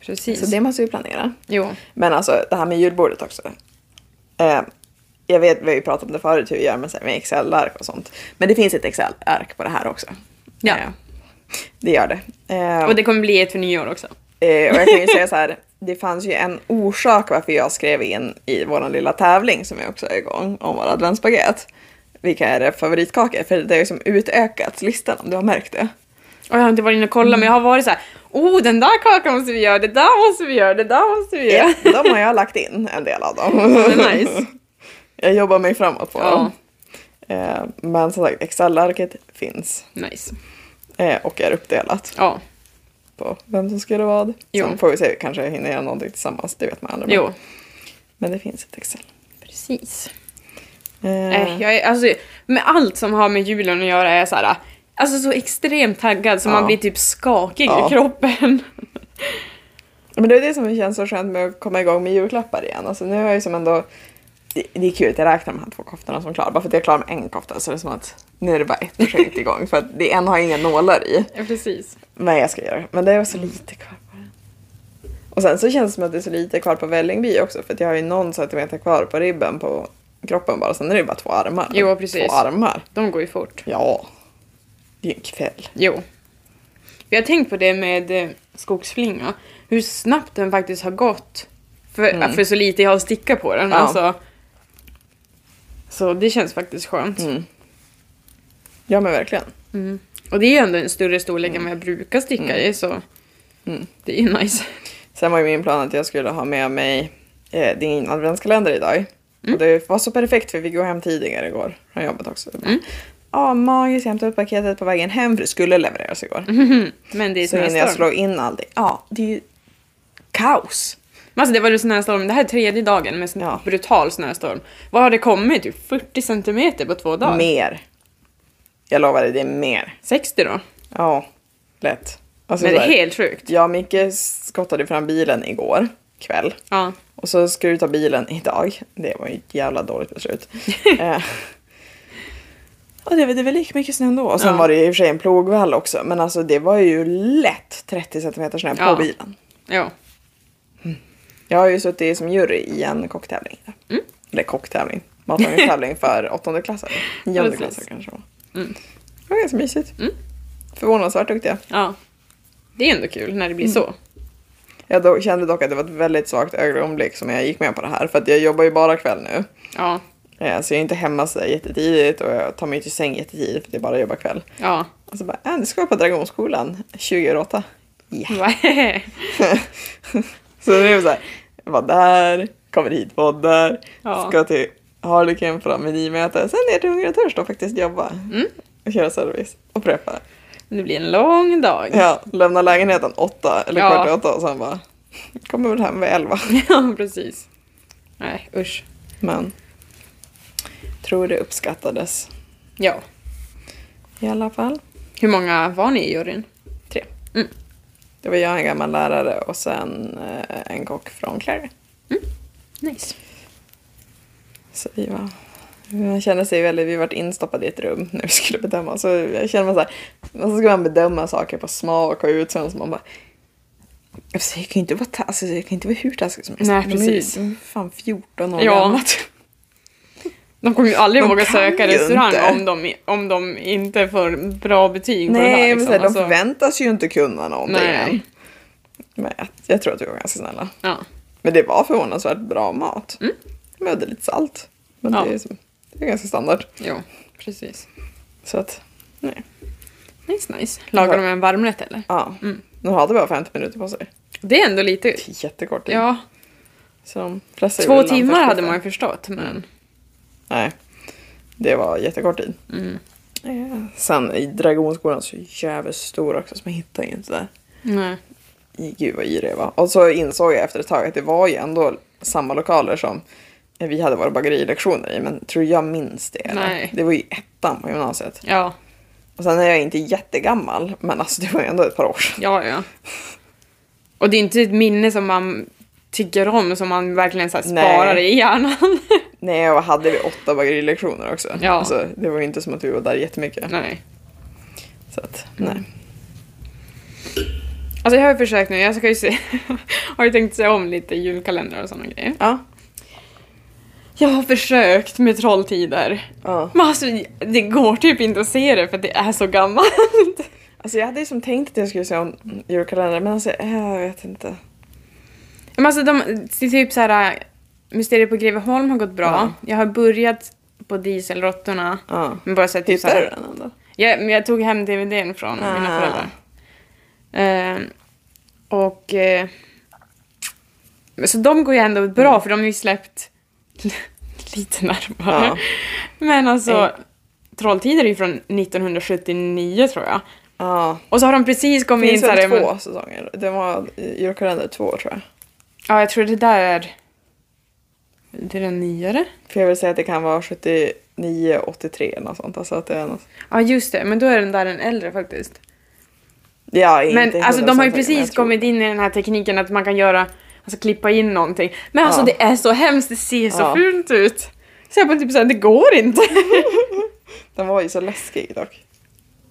Precis. Så det måste vi planera. Jo. Men alltså det här med julbordet också. Eh, jag vet, vi har ju pratat om det förut hur vi gör med, så här, med Excel-ark och sånt. Men det finns ett Excel-ark på det här också. Ja. Eh, det gör det. Eh, Och det kommer bli ett för nyår också. eh, och jag kan ju säga så här, det fanns ju en orsak varför jag skrev in i vår lilla tävling som jag också är igång om vår adventsbaguette. Vilka är det favoritkakor? För det har ju som utökat listan om du har märkt det. Och jag har inte varit inne och kollat men jag har varit så här. Oh, den där kakan måste vi göra, det där måste vi göra, det där måste vi göra. De har jag lagt in en del av dem. Men nice. Jag jobbar mig framåt på Ja. dem. Eh, men som sagt, Excel-arket finns Nice. eh, och är uppdelat Ja. på vem som skulle vad. Jo. Sen får vi se, kanske jag hinner göra någonting tillsammans, det vet man aldrig. Jo. Men det finns ett Excel. Precis. Eh, Äh, jag är, alltså, med allt som har med julen att göra är jag så här, alltså så extremt taggad så Ja. man blir typ skakig Ja. i kroppen. Men det är det som känns så skönt med att komma igång med julklappar igen. Alltså nu har jag ju som ändå... Det, det är kul att jag räknar de här två koftorna som klar. Bara för att jag är klar med en kofta så är det som att nu är det bara ett projekt igång. För att det en har inga nålar i. Ja, precis. Men jag ska göra det. Men det var så Mm. lite kvar på den. Och sen så känns det som att det är så lite kvar på Vällingby också. För att jag har ju någon centimeter kvar på ribben på kroppen bara. Sen är det ju bara två armar. Jo, precis. Två armar. De går ju fort. Ja. Det är ju en kväll. Jo. Jag har tänkt på det med eh, skogsflinga, hur snabbt den faktiskt har gått. För, för så lite jag har att sticka på den. Mm. Ja. Alltså. Så det känns faktiskt skönt. Mm. Mm. Ja men verkligen. Och det är ju ändå en större storlek än vad jag brukar sticka i så Mm. det är ju nice. Sen var ju min plan att jag skulle ha med mig eh, din adventskalender idag. Mm. Och det var så perfekt för vi går hem tidigare igår från jobbet också. Ja, Mm. magiskt. Jag hämtade upp paketet på vägen hem för det skulle levereras igår. Mm-hmm. Men det är Så hinner jag snöstorm. slå in allting. Ja, det är ju kaos. Men Alltså det var ju snöstorm, det här är tredje dagen med snö, Ja. brutal snöstorm. Vad har det kommit? Typ 40 centimeter på två dagar? Mer. Jag lovar dig, det är mer. 60 då? Ja, lätt. Alltså, Men det är så här, helt sjukt. Jag och Micke skottade fram bilen igår kväll. Ja. Och så ska du ta bilen idag. Det var ju ett jävla dåligt beslut. eh. Och det, var- det var lika mycket snö ändå. Och sen Ja. var det ju i och för sig en plogvall också. Men alltså det var ju lätt 30 cm snö på Ja. bilen. ja. Jag har ju suttit som jury i en kocktävling. Mm. Eller kocktävling. Matlagningstävling för åttondeklassare. Niondeklassare Precis. kanske det var. Mm. Det var ganska mysigt. Förvånansvärt duktiga. ja. Det är ändå kul när det Mm. blir så. Jag do- kände dock att det var ett väldigt svagt ögonblick som jag gick med på det här. För att jag jobbar ju bara kväll nu. Ja. Eh, Så jag är inte hemma så där jättetidigt och jag tar mig inte till säng jättetidigt för det är bara att jobba kväll. Ja. Och så bara, äh, nu ska jag på Dragonskolan 2008. Yeah. så det är så här, jag var där, kommer hit, poddar, Ja. ska till Harlequin fram med nymöte, sen ner till Hungrig och Törst och faktiskt jobba. Och köra service och preppa. Mm. det blir en lång dag. Ja, lämna lägenheten åtta eller Ja. kvart i åtta och sen bara, kommer väl hem vid elva. ja, precis. Nej, usch. Men, tror det uppskattades Ja. i alla fall. Hur många var ni i juryn? Tre. Mm. Det var jag, en gammal lärare och sen eh, en kock från Clary. Nice. Så vi var, man känner sig väldigt, vi vart instoppade i ett rum när vi skulle bedöma. Så jag känner mig så här, och så ska man bedöma saker på smak och utseende. Så man bara, alltså, jag kan ju inte vara, ta- alltså, jag kan inte vara hur taskig som helst. Nej, De är ju- precis. De är fan 14 år Ja. gamla. De kommer ju aldrig De våga kan söka ju restaurang inte. om de, om de inte får bra betyg på det här. Nej, men så här, de Alltså, förväntas ju inte kunna någonting. Nej. Men jag, jag tror att vi var ganska snälla. Ja. Men det var förvånansvärt bra mat. Mm. De hade lite salt. Men Ja. det, är, som- det är ganska standard. Jo, precis. Så att, nej. Nice, nice. Lagar de en varmrätt eller? Ja. Mm. De hade bara 50 minuter på sig. Det är ändå lite... Jättekort tid. Ja, Så de flesta två gjorde den timmar första hade man ju kvällen. förstått, men... Nej. Det var jättekort tid. Mm. Eh, Sen i Dragonskolan så jävligt stor också så man hittade ju inte där. Nej. Gud vad yr jag var. Och så insåg jag efter ett tag att det var ju ändå samma lokaler som vi hade våra bagerilektioner i. Men tror jag minns det? eller? Nej. Det var ju ettan på gymnasiet. Ja, Och sen är jag inte jättegammal, men alltså det var ju ändå ett par år sedan. ja, ja. Och det är inte ett minne som man tycker om, som man verkligen så här Nej. sparar i hjärnan. Nej, och hade vi åtta bagerilektioner också. Ja. Alltså, det var ju inte som att vi var där jättemycket. Nej. Så att, nej. Alltså jag har ju försökt nu, jag ska ju se... har ju tänkt se om lite julkalendrar och sådana grejer. Ja. Jag har försökt med Trolltider. ja. Men alltså, det går typ inte att se det för det är så gammalt. Alltså jag hade ju som tänkt att jag skulle se om julkalendern, men alltså eh, jag vet inte. Men alltså de, det är typ så här Mysteriet på Greveholm har gått bra. Ja. Jag har börjat på Dieselråttorna. Ja. Men bara sett typ så Hittade du här, den ändå? jag, men jag tog hem DVDn från mina Ah. föräldrar. Eh, och... Eh, så de går ju ändå bra för de har ju släppt lite närmare. Ja. Men alltså, Mm. Trolltider är ju från 1979 tror jag. Ja. Och så har de precis Det kommit in finns så här, väl två men- säsonger? Det var eh, julkalender två tror jag. Ja, jag tror det där är... Det är den nyare? För jag vill säga att det kan vara 79, 83 eller något sånt. Alltså att det är något... Ja, just det. Men då är den där den äldre faktiskt. Ja, inte Men alltså de har ju 100% säker, men jag precis tror- kommit in i den här tekniken att man kan göra, alltså klippa in någonting. Men alltså Ja. det är så hemskt, det ser så Ja. fult ut. Så jag bara typ såhär, det går inte. Den var ju så läskig dock.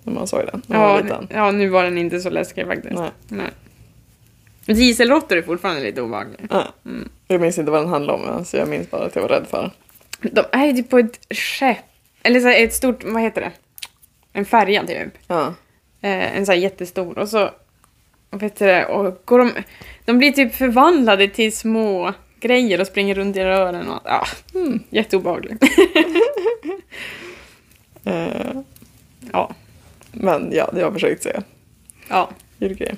När man såg den. När man var Ja, liten. ja, nu var den inte så läskig faktiskt. Nej. Nej. Dieselråttor är fortfarande lite obehagliga. Ja. Mm. Jag minns inte vad den handlade om ens. Jag minns bara att jag var rädd för den. De är ju typ på ett skepp, eller så här, ett stort, vad heter det? En färja typ. Ja. Eh, en sån här jättestor och så och vet du det, och går de, de blir typ förvandlade till små grejer och springer runt i rören och ja, mm, jätteobehagligt. Eh, ja, men ja, det har jag försökt se. ja. Julgrej.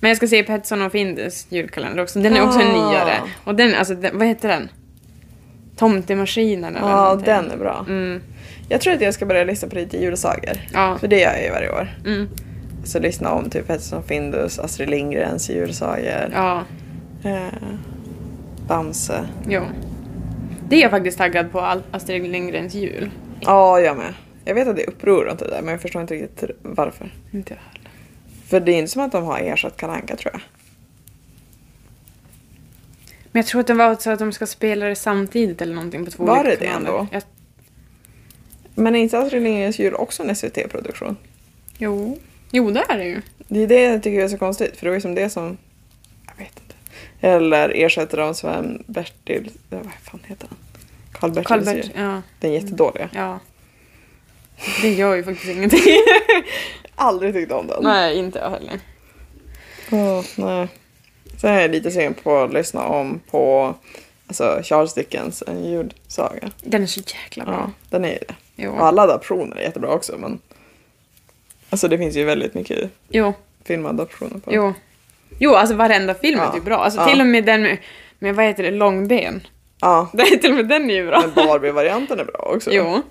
Men jag ska se Petson och Findus julkalender också, den är också Ah. nyare. Och den, alltså den, vad heter den? Tomtemaskinen eller Ja, någonting. Eh, den är bra. Mm, Jag tror att jag ska börja lyssna på lite julsagor. ja. För det gör jag ju varje år. Mm, Så lyssna om typ Pettersson och Findus, Astrid Lindgrens julsagor, ja. eh, Bamse. Jo. Det är jag faktiskt taggad på, Al- Astrid Lindgrens jul. Ja, jag med. Jag vet att det är uppror runt det där men jag förstår inte riktigt varför. Inte jag heller. För det är inte som att de har ersatt Kalle Anka tror jag. Men jag tror att det var så att de ska spela det samtidigt eller någonting på två Var olika det det kanaler. ändå? Jag, Men är inte Astrid Lindgrens jul också en SVT-produktion? jo. Jo, det är det ju. Det är det jag tycker är så konstigt för det var ju som det som... Jag vet inte. Eller ersätter de Sven-Bertil... Vad fan heter han? Karl-Bertils Karlbert, jul. ja, Den jättedåliga. ja. Det gör ju faktiskt ingenting. Aldrig tyckt om den. Nej, inte jag heller. Ja, nej. Sen är jag lite sugen på att lyssna om på alltså Charles Dickens En julsaga. Den är så jäkla bra. Ja, den är ju det. Jo. Och alla adaptioner är jättebra också men Alltså det finns ju väldigt mycket Jo, filmadaptioner på jo. Jo, alltså varenda film är Ja. typ bra. Alltså Ja. till och med den med, med, vad heter det, långben. Ja, Det, till och med den är ju bra. men Barbie-varianten är bra också. Jo.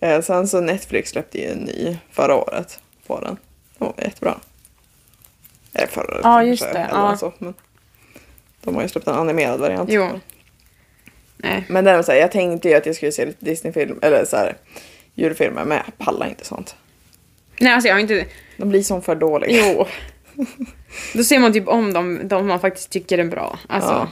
Eh, sen så Netflix släppte ju en ny förra året på den. Den var jättebra. Eh, förra året Ja, kanske, just det, eller ja. så, men de har ju släppt en animerad variant. Jo. Nej. Men däremot så här, jag tänkte ju att jag skulle se lite Disneyfilm eller så här, julfilmer men jag pallar inte sånt. Nej, alltså jag har inte... De blir som för dåliga. Jo. Då ser man typ om de, de man faktiskt tycker är bra. Alltså, Ja.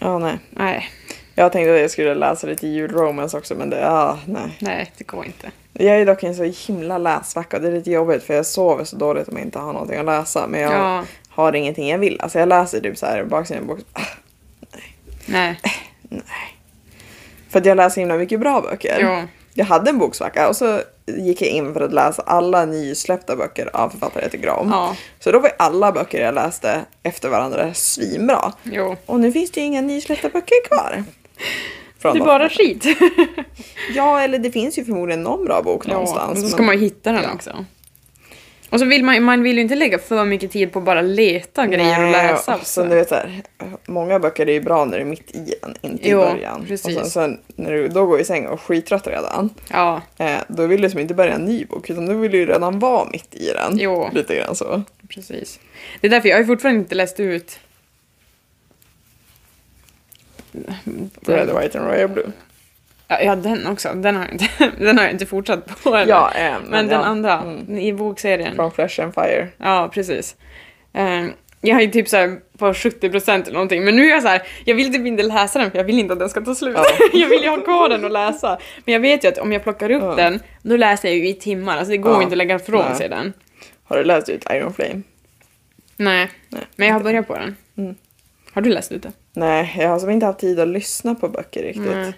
Ja, nej. nej. Jag tänkte att jag skulle läsa lite julromance också men det, ah, nej. Nej, det går inte. Jag är dock en så himla lässvacka och det är lite jobbigt för jag sover så dåligt om jag inte har någonting att läsa. Men jag Ja. har ingenting jag vill. Alltså jag läser typ så här baksidan av en bok. Ah, Nej. nej. För att jag läser himla mycket bra böcker. Jo. Jag hade en boksvacka och så gick jag in för att läsa alla nysläppta böcker av författare jag tycker om. Ja. Så då var ju alla böcker jag läste efter varandra svinbra. Jo. Och nu finns det ju inga nysläppta böcker kvar. Från Det är dem. bara skit. Ja, eller det finns ju förmodligen någon bra bok Ja, någonstans. och så ska men- man ju hitta den Ja. också. Och så vill man, man vill ju inte lägga för mycket tid på att bara leta grejer och Nej, läsa. och Sen, du vet, så här, många böcker är ju bra när du är mitt i den, inte Jo, i början. precis. Och sen, sen när du då går i säng och är skittrött redan, Ja, eh, då vill du som inte börja en ny bok utan du vill ju redan vara mitt i den. Jo. Lite grann så. precis. Det är därför jag har ju fortfarande inte läst ut... Red, Mm. White and Royal Blue. Ja, ja den också. Den har, jag inte, den har jag inte fortsatt på. eller? Ja, eh, men men, den ja. andra, Mm. i bokserien. Från Flash and Fire. Ja, precis. Eh, jag är ju typ såhär på 70% eller någonting, men nu är jag så här, jag vill typ inte läsa den för jag vill inte att den ska ta slut. Ja. jag vill ju ha kvar den och läsa. Men jag vet ju att om jag plockar upp Ja. den, då läser jag ju i timmar. Alltså det går Ja. ju inte att lägga ifrån Nej. sig den. Har du läst ut Iron Flame? Nej. Nej. men jag har börjat på den. Mm. Har du läst ut den? Nej, jag har som inte haft tid att lyssna på böcker riktigt. Nej.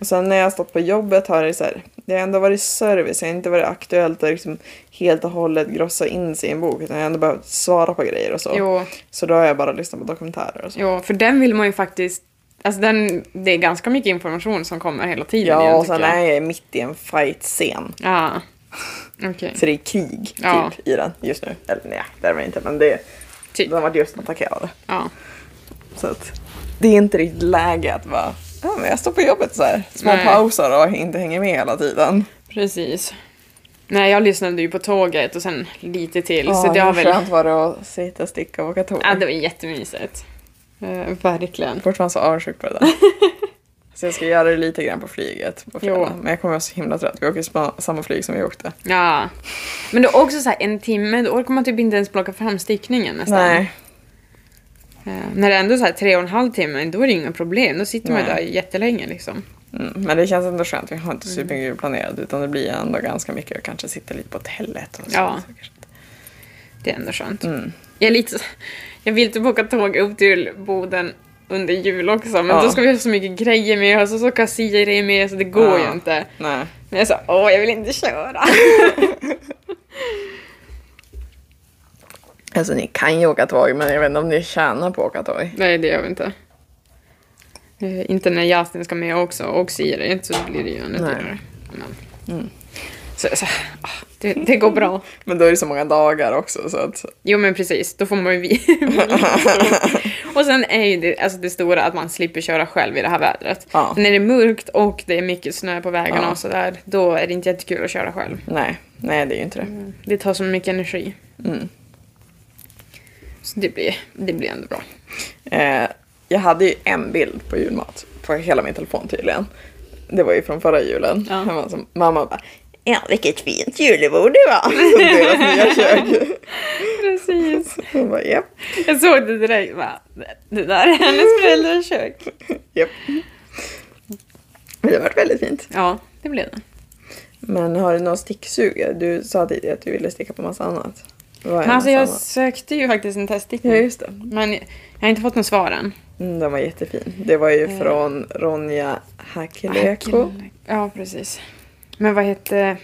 Och sen när jag har stått på jobbet har det så här, det har ändå varit service, det har inte varit aktuellt att liksom helt och hållet grossa in sig i en bok utan jag har ändå behövt svara på grejer och så. Jo, Så då har jag bara lyssnat på dokumentärer och så. jo, för den vill man ju faktiskt... Alltså den, det är ganska mycket information som kommer hela tiden i den, Ja, och tycker sen jag. är jag mitt i en fight-scen. Ja. Okej. Så det är krig Ja. typ i den just nu. Eller nej, det är det inte men det Typ. de var just attackerade. Ja. Så att det är inte riktigt läge att bara, ja men jag står på jobbet så här. Små Nej. pauser och inte hänger med hela tiden. Precis. Nej, jag lyssnade ju på tåget och sen lite till. så det Ja, har hur väl... skönt var det att sitta, sticka och åka tåg. Ja, det var jättemysigt. Eh, verkligen. Fortfarande så avundsjuk på det där. så jag ska göra det lite grann på flyget på Jo. fredag. Men jag kommer vara så himla trött. Vi åker spa- samma flyg som vi åkte. Ja. Men då också så här en timme, då orkar man typ inte ens plocka fram stickningen nästan. Nej. Eh, när det är ändå så här tre och en halv timme, då är det inga problem. Då sitter man Nej. där jättelänge liksom. Mm, men det känns ändå skönt. Vi har inte Mm. supermycket planerat utan det blir ändå ganska mycket. Jag kanske sitter lite på hotellet och så. Ja. säkert. Det är ändå skönt. Mm. Jag, är lite, jag vill typ åka tåg upp till Boden under jul också, men Ja. då ska vi ha så mycket grejer med oss och så ska Siri med så det går Ja. ju inte. Nej. Men jag sa åh, jag vill inte köra. Alltså ni kan ju åka tåg men jag vet inte om ni tjänar på att åka tåg. Nej, det gör vi inte. Eh, inte när Justin ska med också, och Siri, så blir det ju ännu Nej. Mm. dyrare. Men... Så, så, ah, det, det går bra. Men då är det så många dagar också så att Jo, men precis, då får man ju vi. och sen är ju det, alltså det stora att man slipper köra själv i det här vädret. Ja. När det är mörkt och det är mycket snö på vägarna Ja. och sådär, då är det inte jättekul att köra själv. nej. Nej det är ju inte det. Det tar så mycket energi. Mm. Så det blir, det blir ändå bra. Eh, jag hade ju en bild på julmat på hela min telefon tydligen. Det var ju från förra julen. Ja. Han var som, mamma bara Ja, vilket fint julbord det var! Deras nya kök. Precis. Hon bara, japp, Jag såg det direkt. Bara, det där är hennes föräldrars kök. japp. Men det var väldigt fint. Ja, det blev det. Men har du någon sticksugare? Du sa tidigare att du ville sticka på massa annat. Vad är Men alltså, massa jag annat? sökte ju faktiskt en Ja, teststickning. just det. Men jag har inte fått något svar än. Mm, den var jättefin. Det var ju från Ronja Hakeleko. Ah, Ja, precis. Men vad hette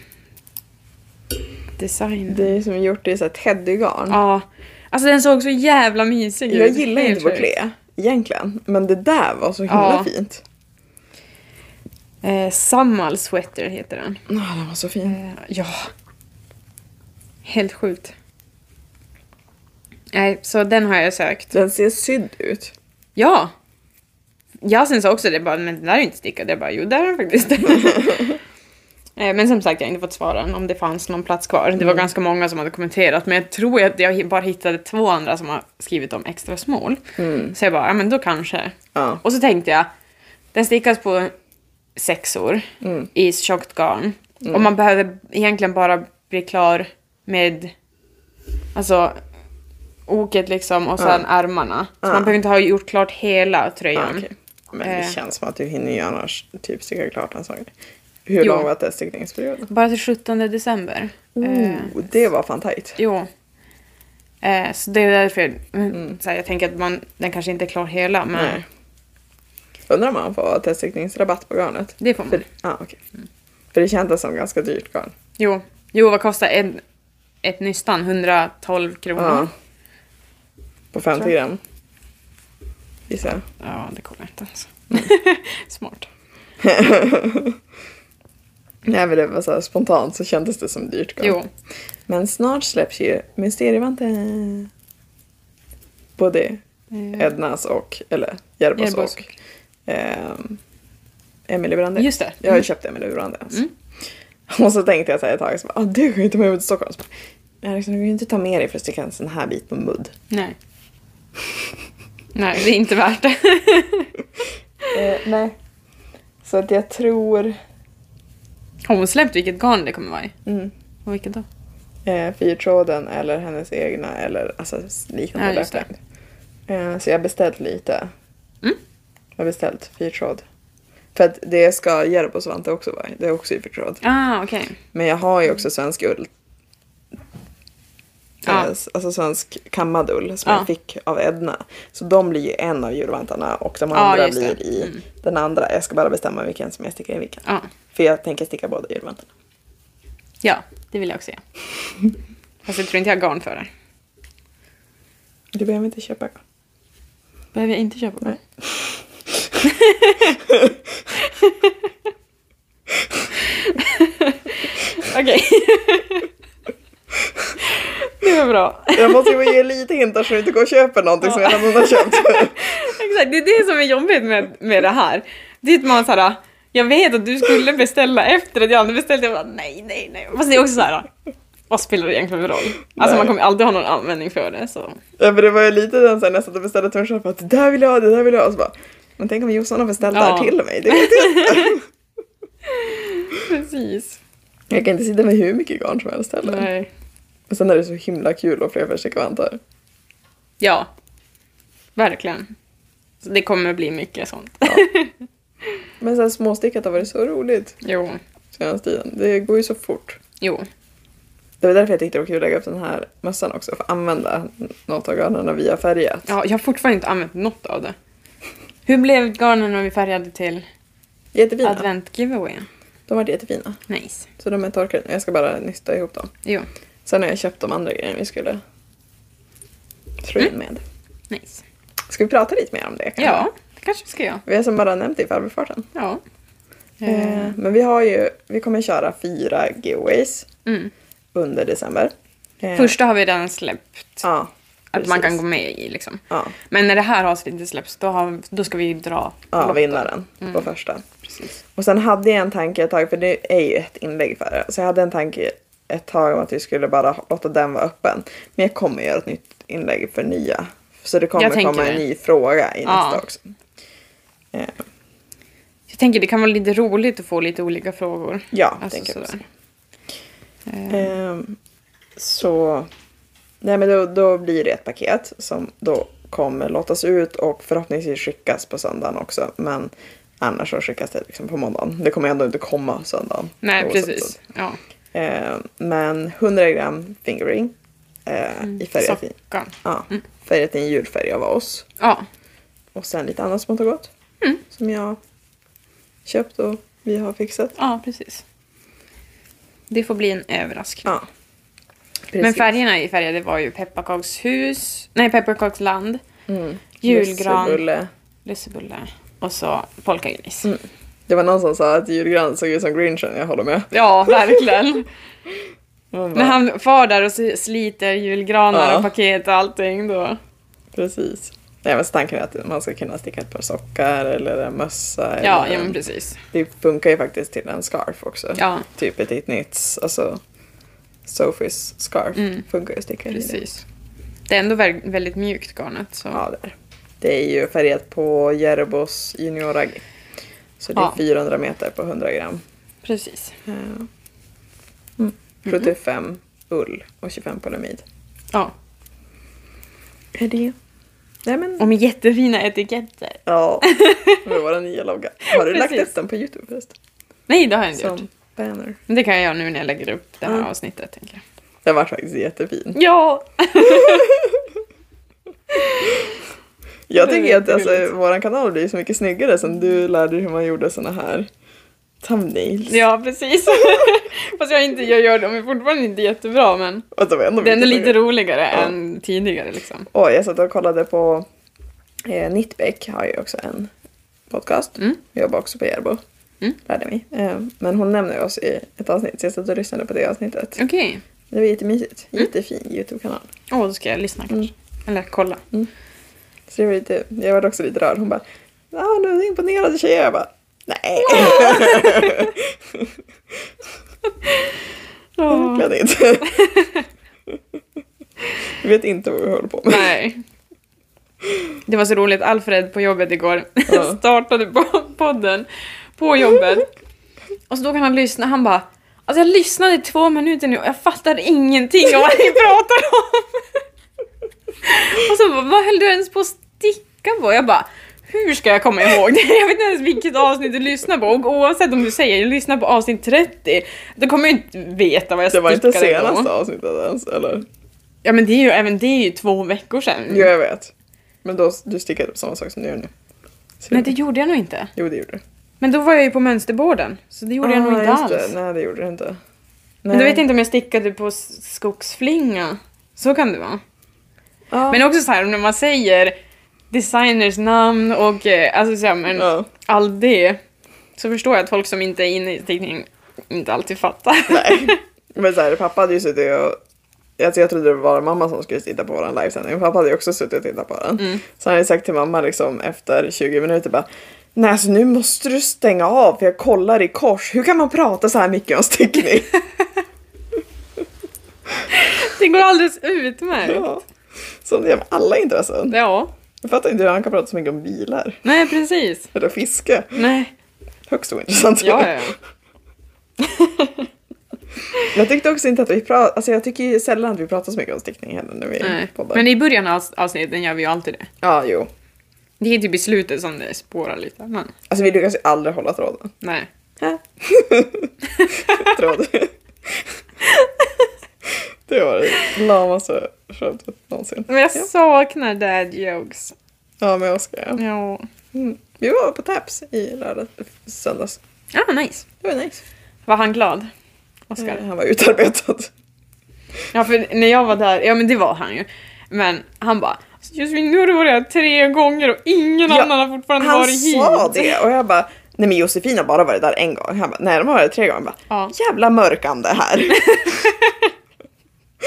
designen? Det är som gjort i så här teddygarn. Ja. Alltså den såg så jävla mysig ut. Jag gillar Helt inte sjukt. bucklé egentligen, men det där var så himla Ja. fint. Eh, Sammal Sweater heter den. Ja, den var så fin. Eh, Ja. Helt sjukt. Nej, så den har jag sökt. Den ser sydd ut. Ja! Jag sen sa också det, bara, men den där är ju inte stickad. Jag bara, jo det är den faktiskt. Eh, men som sagt, jag har inte fått svara än om det fanns någon plats kvar. Det var ganska många som hade kommenterat, men jag tror att jag hi- bara hittade två andra som har skrivit om extra smål. Så jag bara, ja men då kanske. Ja. Och så tänkte jag, den stickas på sexor Mm. i tjockt garn. Och man behöver egentligen bara bli klar med alltså oket liksom och sen ärmarna. Så man behöver inte ha gjort klart hela tröjan. Ah, okej. men Eh. det känns som att du hinner ju annars typ sticka klart en sak. Hur Jo. lång var teststickningsperioden? Bara till 17 december. Eh, Oh, det var fan tajt. jo. Eh, så det är därför jag, mm, så här, jag tänker att man, den kanske inte är klar hela, men Mm. Nej. Undrar om man får teststickningsrabatt på garnet? det får man. För, ah, okay. För det kändes som ganska dyrt garn. Jo. jo, vad kostar en, ett nystan? 112 kronor? Ja. På 50 Tror jag. gram. Gissar jag. Ja, det kollar jag inte ens. Smart. Nej men det var så här, spontant så kändes det som dyrt garn. Jo. Men snart släpps ju Mysterievanten. Både Eh, Ednas och, eller Järbos Järbos och ehm, Emily Brander. Just det. Jag har ju Mm. köpt Emily Brander. Alltså. Mm. Och så tänkte jag så här ett tag, så bara, ah, du går ju inte med mig till Stockholm. Så bara, Jag liksom, du kan ju inte ta med dig för att sticka en sån här bit på mudd. Nej. Nej, det är inte värt det. Eh, nej. Så att jag tror... Har hon släppt vilket garn det kommer vara i? Mm. Och vilket då? eh, fyrtråden eller hennes egna eller alltså, liknande. Ja, just det. löpning. Eh, så jag har beställt lite. Mm. Jag har beställt fyrtråd. För att det ska Jerbo Svante också vara i. Det är också i fyrtråd. Ah, okej. Men jag har ju också svensk ull. Ja. Eh, s- Alltså svensk kammad ull som Ja. jag fick av Edna. Så de blir ju en av julvantarna och de Ja, andra just det. Mm. blir i den andra. Jag ska bara bestämma vilken som jag stickar i vilken. Ja. För jag tänker sticka båda julvantarna. ja, det vill jag också göra. Fast jag tror inte jag har garn för det. Du behöver inte köpa. Behöver jag inte köpa? Nej. Okej. det var bra. Jag måste ju ge lite hintar så du inte går och köper någonting som jag redan har köpt. Exakt, det är det som är jobbigt med, med det här. Det är att man såhär, jag vet att du skulle beställa efter att jag hade beställt, jag bara nej, nej, nej. Fast det är också såhär, vad spelar det egentligen för roll? Nej. Alltså man kommer aldrig ha någon användning för det så. ja, men det var ju lite den sen jag satt och beställde törnskölj på att det där vill jag ha, det där vill jag ha. Så bara, men tänk om Jossan har beställt det här Ja. till mig. Det vet jag. inte. Precis. jag kan inte sitta med hur mycket garn som helst heller. Nej. Och sen är det så himla kul att fler färskvantar. Ja, verkligen. Så det kommer bli mycket sånt. Men sen småstickat har varit så roligt Jo, senaste tiden. Det går ju så fort. jo. Det var därför jag tyckte det var kul att lägga upp den här mössan också. För att använda något av garnerna vi har färgat. Ja, jag har fortfarande inte använt något av det. Hur blev garnen när vi färgade till Jättefina. advent-giveawayen? De har varit jättefina. Nice. Så de är torkade nu. Jag ska bara nysta ihop dem. Jo, Sen har jag köpt de andra grejerna vi skulle tro in med. nice. Ska vi prata lite mer om det? kanske? Mm. Ja, det kanske vi ska göra. Vi har som bara nämnt det i förbifarten. Ja. Eh, Men vi har ju, vi kommer köra fyra giveaways Mm. under december. Eh, Första har vi redan släppt. Ja. att man precis. kan gå med i liksom. Ja, Men när det här avsnittet släpps, då, har, då ska vi dra. ja lotten. vinnaren på Mm. första. Precis. Och sen hade jag en tanke ett tag, för det är ju ett inlägg för det. Så jag hade en tanke ett tag om att vi skulle bara låta den vara öppen. Men jag kommer göra ett nytt inlägg för nya. Så det kommer Jag tänker komma en det. ny fråga i Ja. nästa också. Eh, Jag tänker det kan vara lite roligt att få lite olika frågor. Ja, Alltså, tänker jag också. sådär. Eh, Ehm, så... Nej men då, då blir det ett paket som då kommer låtas ut och förhoppningsvis skickas på söndagen också. Men annars så skickas det liksom på måndagen. Det kommer ändå inte komma söndagen. Nej, oavsett precis. så. Ja. Ehm, men 100 gram fingering eh, Mm. i färgatin. Sockan. Ja, färgatin julfärg av oss. Ja. Och sen lite annat smått och gott. Mm. Som jag köpt och vi har fixat. ja, precis. Det får bli en överraskning. Ja. Men Precis. färgerna i färgade var ju pepparkakshus, nej pepparkaksland, Mm. julgran. Lussebulle. lussebulle och så polkagris. Mm. Det var någon som sa att julgranen såg ut som grinchen, jag håller med. Ja, verkligen. Man bara, När han far där och s- sliter julgranar Ja. och paket och allting då. Precis. Nej men så tanken är att man ska kunna sticka ett par sockar eller en mössa. Ja, eller ja men en- precis. Det funkar ju faktiskt till en scarf också. Ja. Typ ett litet nytt, alltså Sophies scarf Mm. funkar ju att sticka i det. Precis. Det är ändå vä- väldigt mjukt garnet. Så. Ja, där. Det är ju färgat på Jerebos juniorraggi. Så det är Ja. 400 meter på 100 gram. Precis. Ja. Mm. Mhm. 75 ull och 25 polyamid. Ja. Är det Nej men, Och med jättefina etiketter. ja. Med våra nya logga. Har du lagt Precis. upp den på Youtube förresten? Nej, det har jag inte gjort. Som banner. Men det kan jag göra nu när jag lägger upp det här Ja. avsnittet. Tänker jag. Den var faktiskt jättefin. Ja! Jag Det är tycker att jättegulligt. alltså, vår kanal blir så mycket snyggare sen du lärde dig hur man gjorde såna här thumbnails. Ja, precis. Fast jag, inte, jag gör dem fortfarande inte jättebra, men Och de är ändå det är ändå mycket lite snyggare. roligare Ja. än tidigare. Liksom. Oj, jag satt och kollade på eh, Nitbeck har ju också en podcast. Mm. Jag jobbar också på Järbo. Mm. Lärde mig. Eh, men hon nämner oss i ett avsnitt så jag satt och lyssnade på det avsnittet. Okej. Det var jättemysigt. Mm. Jättefin YouTube-kanal. Åh, då ska jag lyssna kanske. Mm. Eller kolla. Så det var lite, jag var också lite rörd. Hon bara Ja, du är imponerad tjej. Jag bara Nej, Åh. verkligen inte. jag vet inte vad vi håller på med. Nej. Det var så roligt, Alfred på jobbet igår Ja. startade po- podden på jobbet. Och så då kan han lyssna, han bara Alltså jag lyssnade i två minuter nu och jag fattar ingenting av vad ni pratar om. Och så bara, vad höll du ens på att sticka på? Jag bara, hur ska jag komma ihåg det? Jag vet inte ens vilket avsnitt du lyssnar på. Och oavsett om du säger jag lyssnar på avsnitt 30, då kommer jag inte veta vad jag Det var stickade inte på. senaste avsnittet ens, Mm. eller? Ja men det är ju, även det är ju två veckor sedan. Jo, jag vet. Men då, du stickade på samma sak som du gör nu. Så Nej det gjorde jag nog inte. Jo, det gjorde du. Ah, Men då var jag ju på mönsterborden. Så det gjorde jag nog inte just alls. Det. Nej, det gjorde du inte. Men då vet jag inte om jag stickade på s- skogsflinga. Så kan det vara. Ja. Men också så här när man säger designers namn och eh, alltså så här, men Ja. allt det. Så förstår jag att folk som inte är inne i stickning inte alltid fattar. Nej. Men så här, pappa hade ju suttit och... Alltså jag trodde det var mamma som skulle titta på våran livesändning. Pappa hade ju också suttit och tittat på den. Mm. Så han hade sagt till mamma liksom efter 20 minuter bara Nej alltså nu måste du stänga av för jag kollar i kors. Hur kan man prata så här mycket om stickning? Det går alldeles utmärkt. ja. Som det gör med alla intressen. Ja. Jag fattar inte hur han kan prata så mycket om bilar. Nej precis. Eller fiske. Nej. Högst ointressant. Ja, ja, ja. Jag tyckte också inte att vi pratade, alltså jag tycker ju sällan att vi pratar så mycket om stickning heller när vi Nej. poddar. Men i början av avs- avsnitten gör vi ju alltid det. Ja, jo. Det är typ i slutet som det spårar lite. Men Alltså vi lyckas ju aldrig hålla tråden. nej. Tråd. det var det lamaste skämtet någonsin. Men jag Ja. saknar dad jokes. Ja, med Oskar ja. Ja. Mm. Vi var på Taps i lördags, söndags. Ah, nice. Det var nice. Var han glad? Oscar? Eh, Han var utarbetad. Ja, för när jag var där, ja men det var han ju. Men han bara Josefin, nu har du varit här tre gånger och ingen Ja, annan har fortfarande Han varit hit. sa det och jag bara Nej men Josefin har bara varit där en gång. Han bara, nej de har varit tre gånger. Jag Bara, Ja. Jävla mörkande här.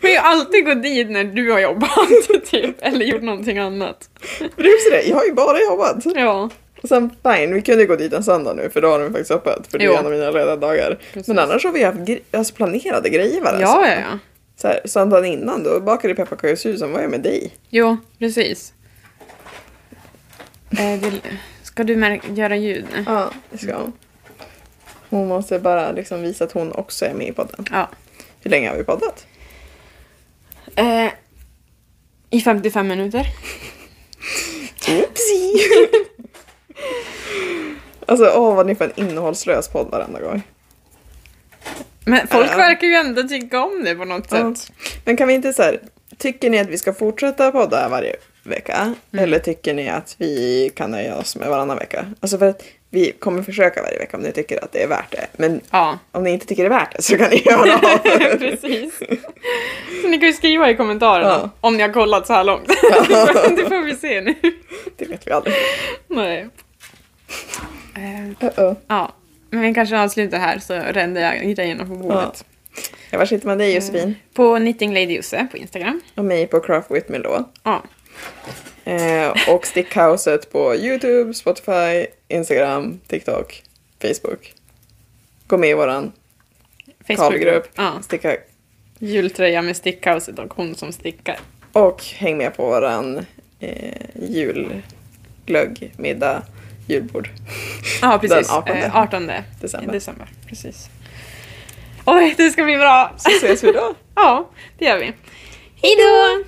Men jag har alltid gått dit när du har jobbat typ, eller gjort någonting annat. För det är också det, jag har ju bara jobbat. Ja. Och sen fine, vi kunde gå dit en söndag nu för då har de faktiskt öppet för det Jo. är en av mina lediga dagar. Precis. Men annars har vi haft gre- alltså planerade grejer varje Ja, ja, söndag. ja. Så här, söndagen innan då bakade pepparkakshusen, vad är med dig? Jo, precis. Eh, det, ska du mär- göra ljud nu? Ja, det ska hon. Hon måste bara liksom visa att hon också är med i podden. Ja. Hur länge har vi poddat? Eh, I 55 minuter. Oopsie! alltså åh vad ni får en innehållslös podd varenda gång. Men folk Ja. verkar ju ändå tycka om det på något Ja. sätt. Men kan vi inte så här, tycker ni att vi ska fortsätta podda varje vecka? Eller tycker ni att vi kan nöja oss med varannan vecka? Alltså för att vi kommer försöka varje vecka om ni tycker att det är värt det. Men Ja, om ni inte tycker det är värt det så kan ni göra av. precis. Så ni kan ju skriva i kommentarerna Ja. om ni har kollat så här långt. det får vi se nu. det vet vi aldrig. Nej. Eh, Uh-oh. ja, men vi kanske avslutar här så räddar jag grejerna på Ja. bordet. Eh, Jag var sitter man dig Josefin? På Knitting Lady Jose på Instagram. Och mig på Craft with Melon. Ja, Eh, och Stickkaoset på Youtube, Spotify, Instagram, TikTok, Facebook. Gå med i våran Facebookgrupp. kavgrupp. Ja, Sticka jultröja med stickkaoset och hon som stickar. Och häng med på våran eh, julglögg, middag, julbord. Ja, precis. Den 18. Eh, 18 December. december. Precis. Oj, det ska bli bra! Så ses vi då. Ja, det gör vi. Hej då!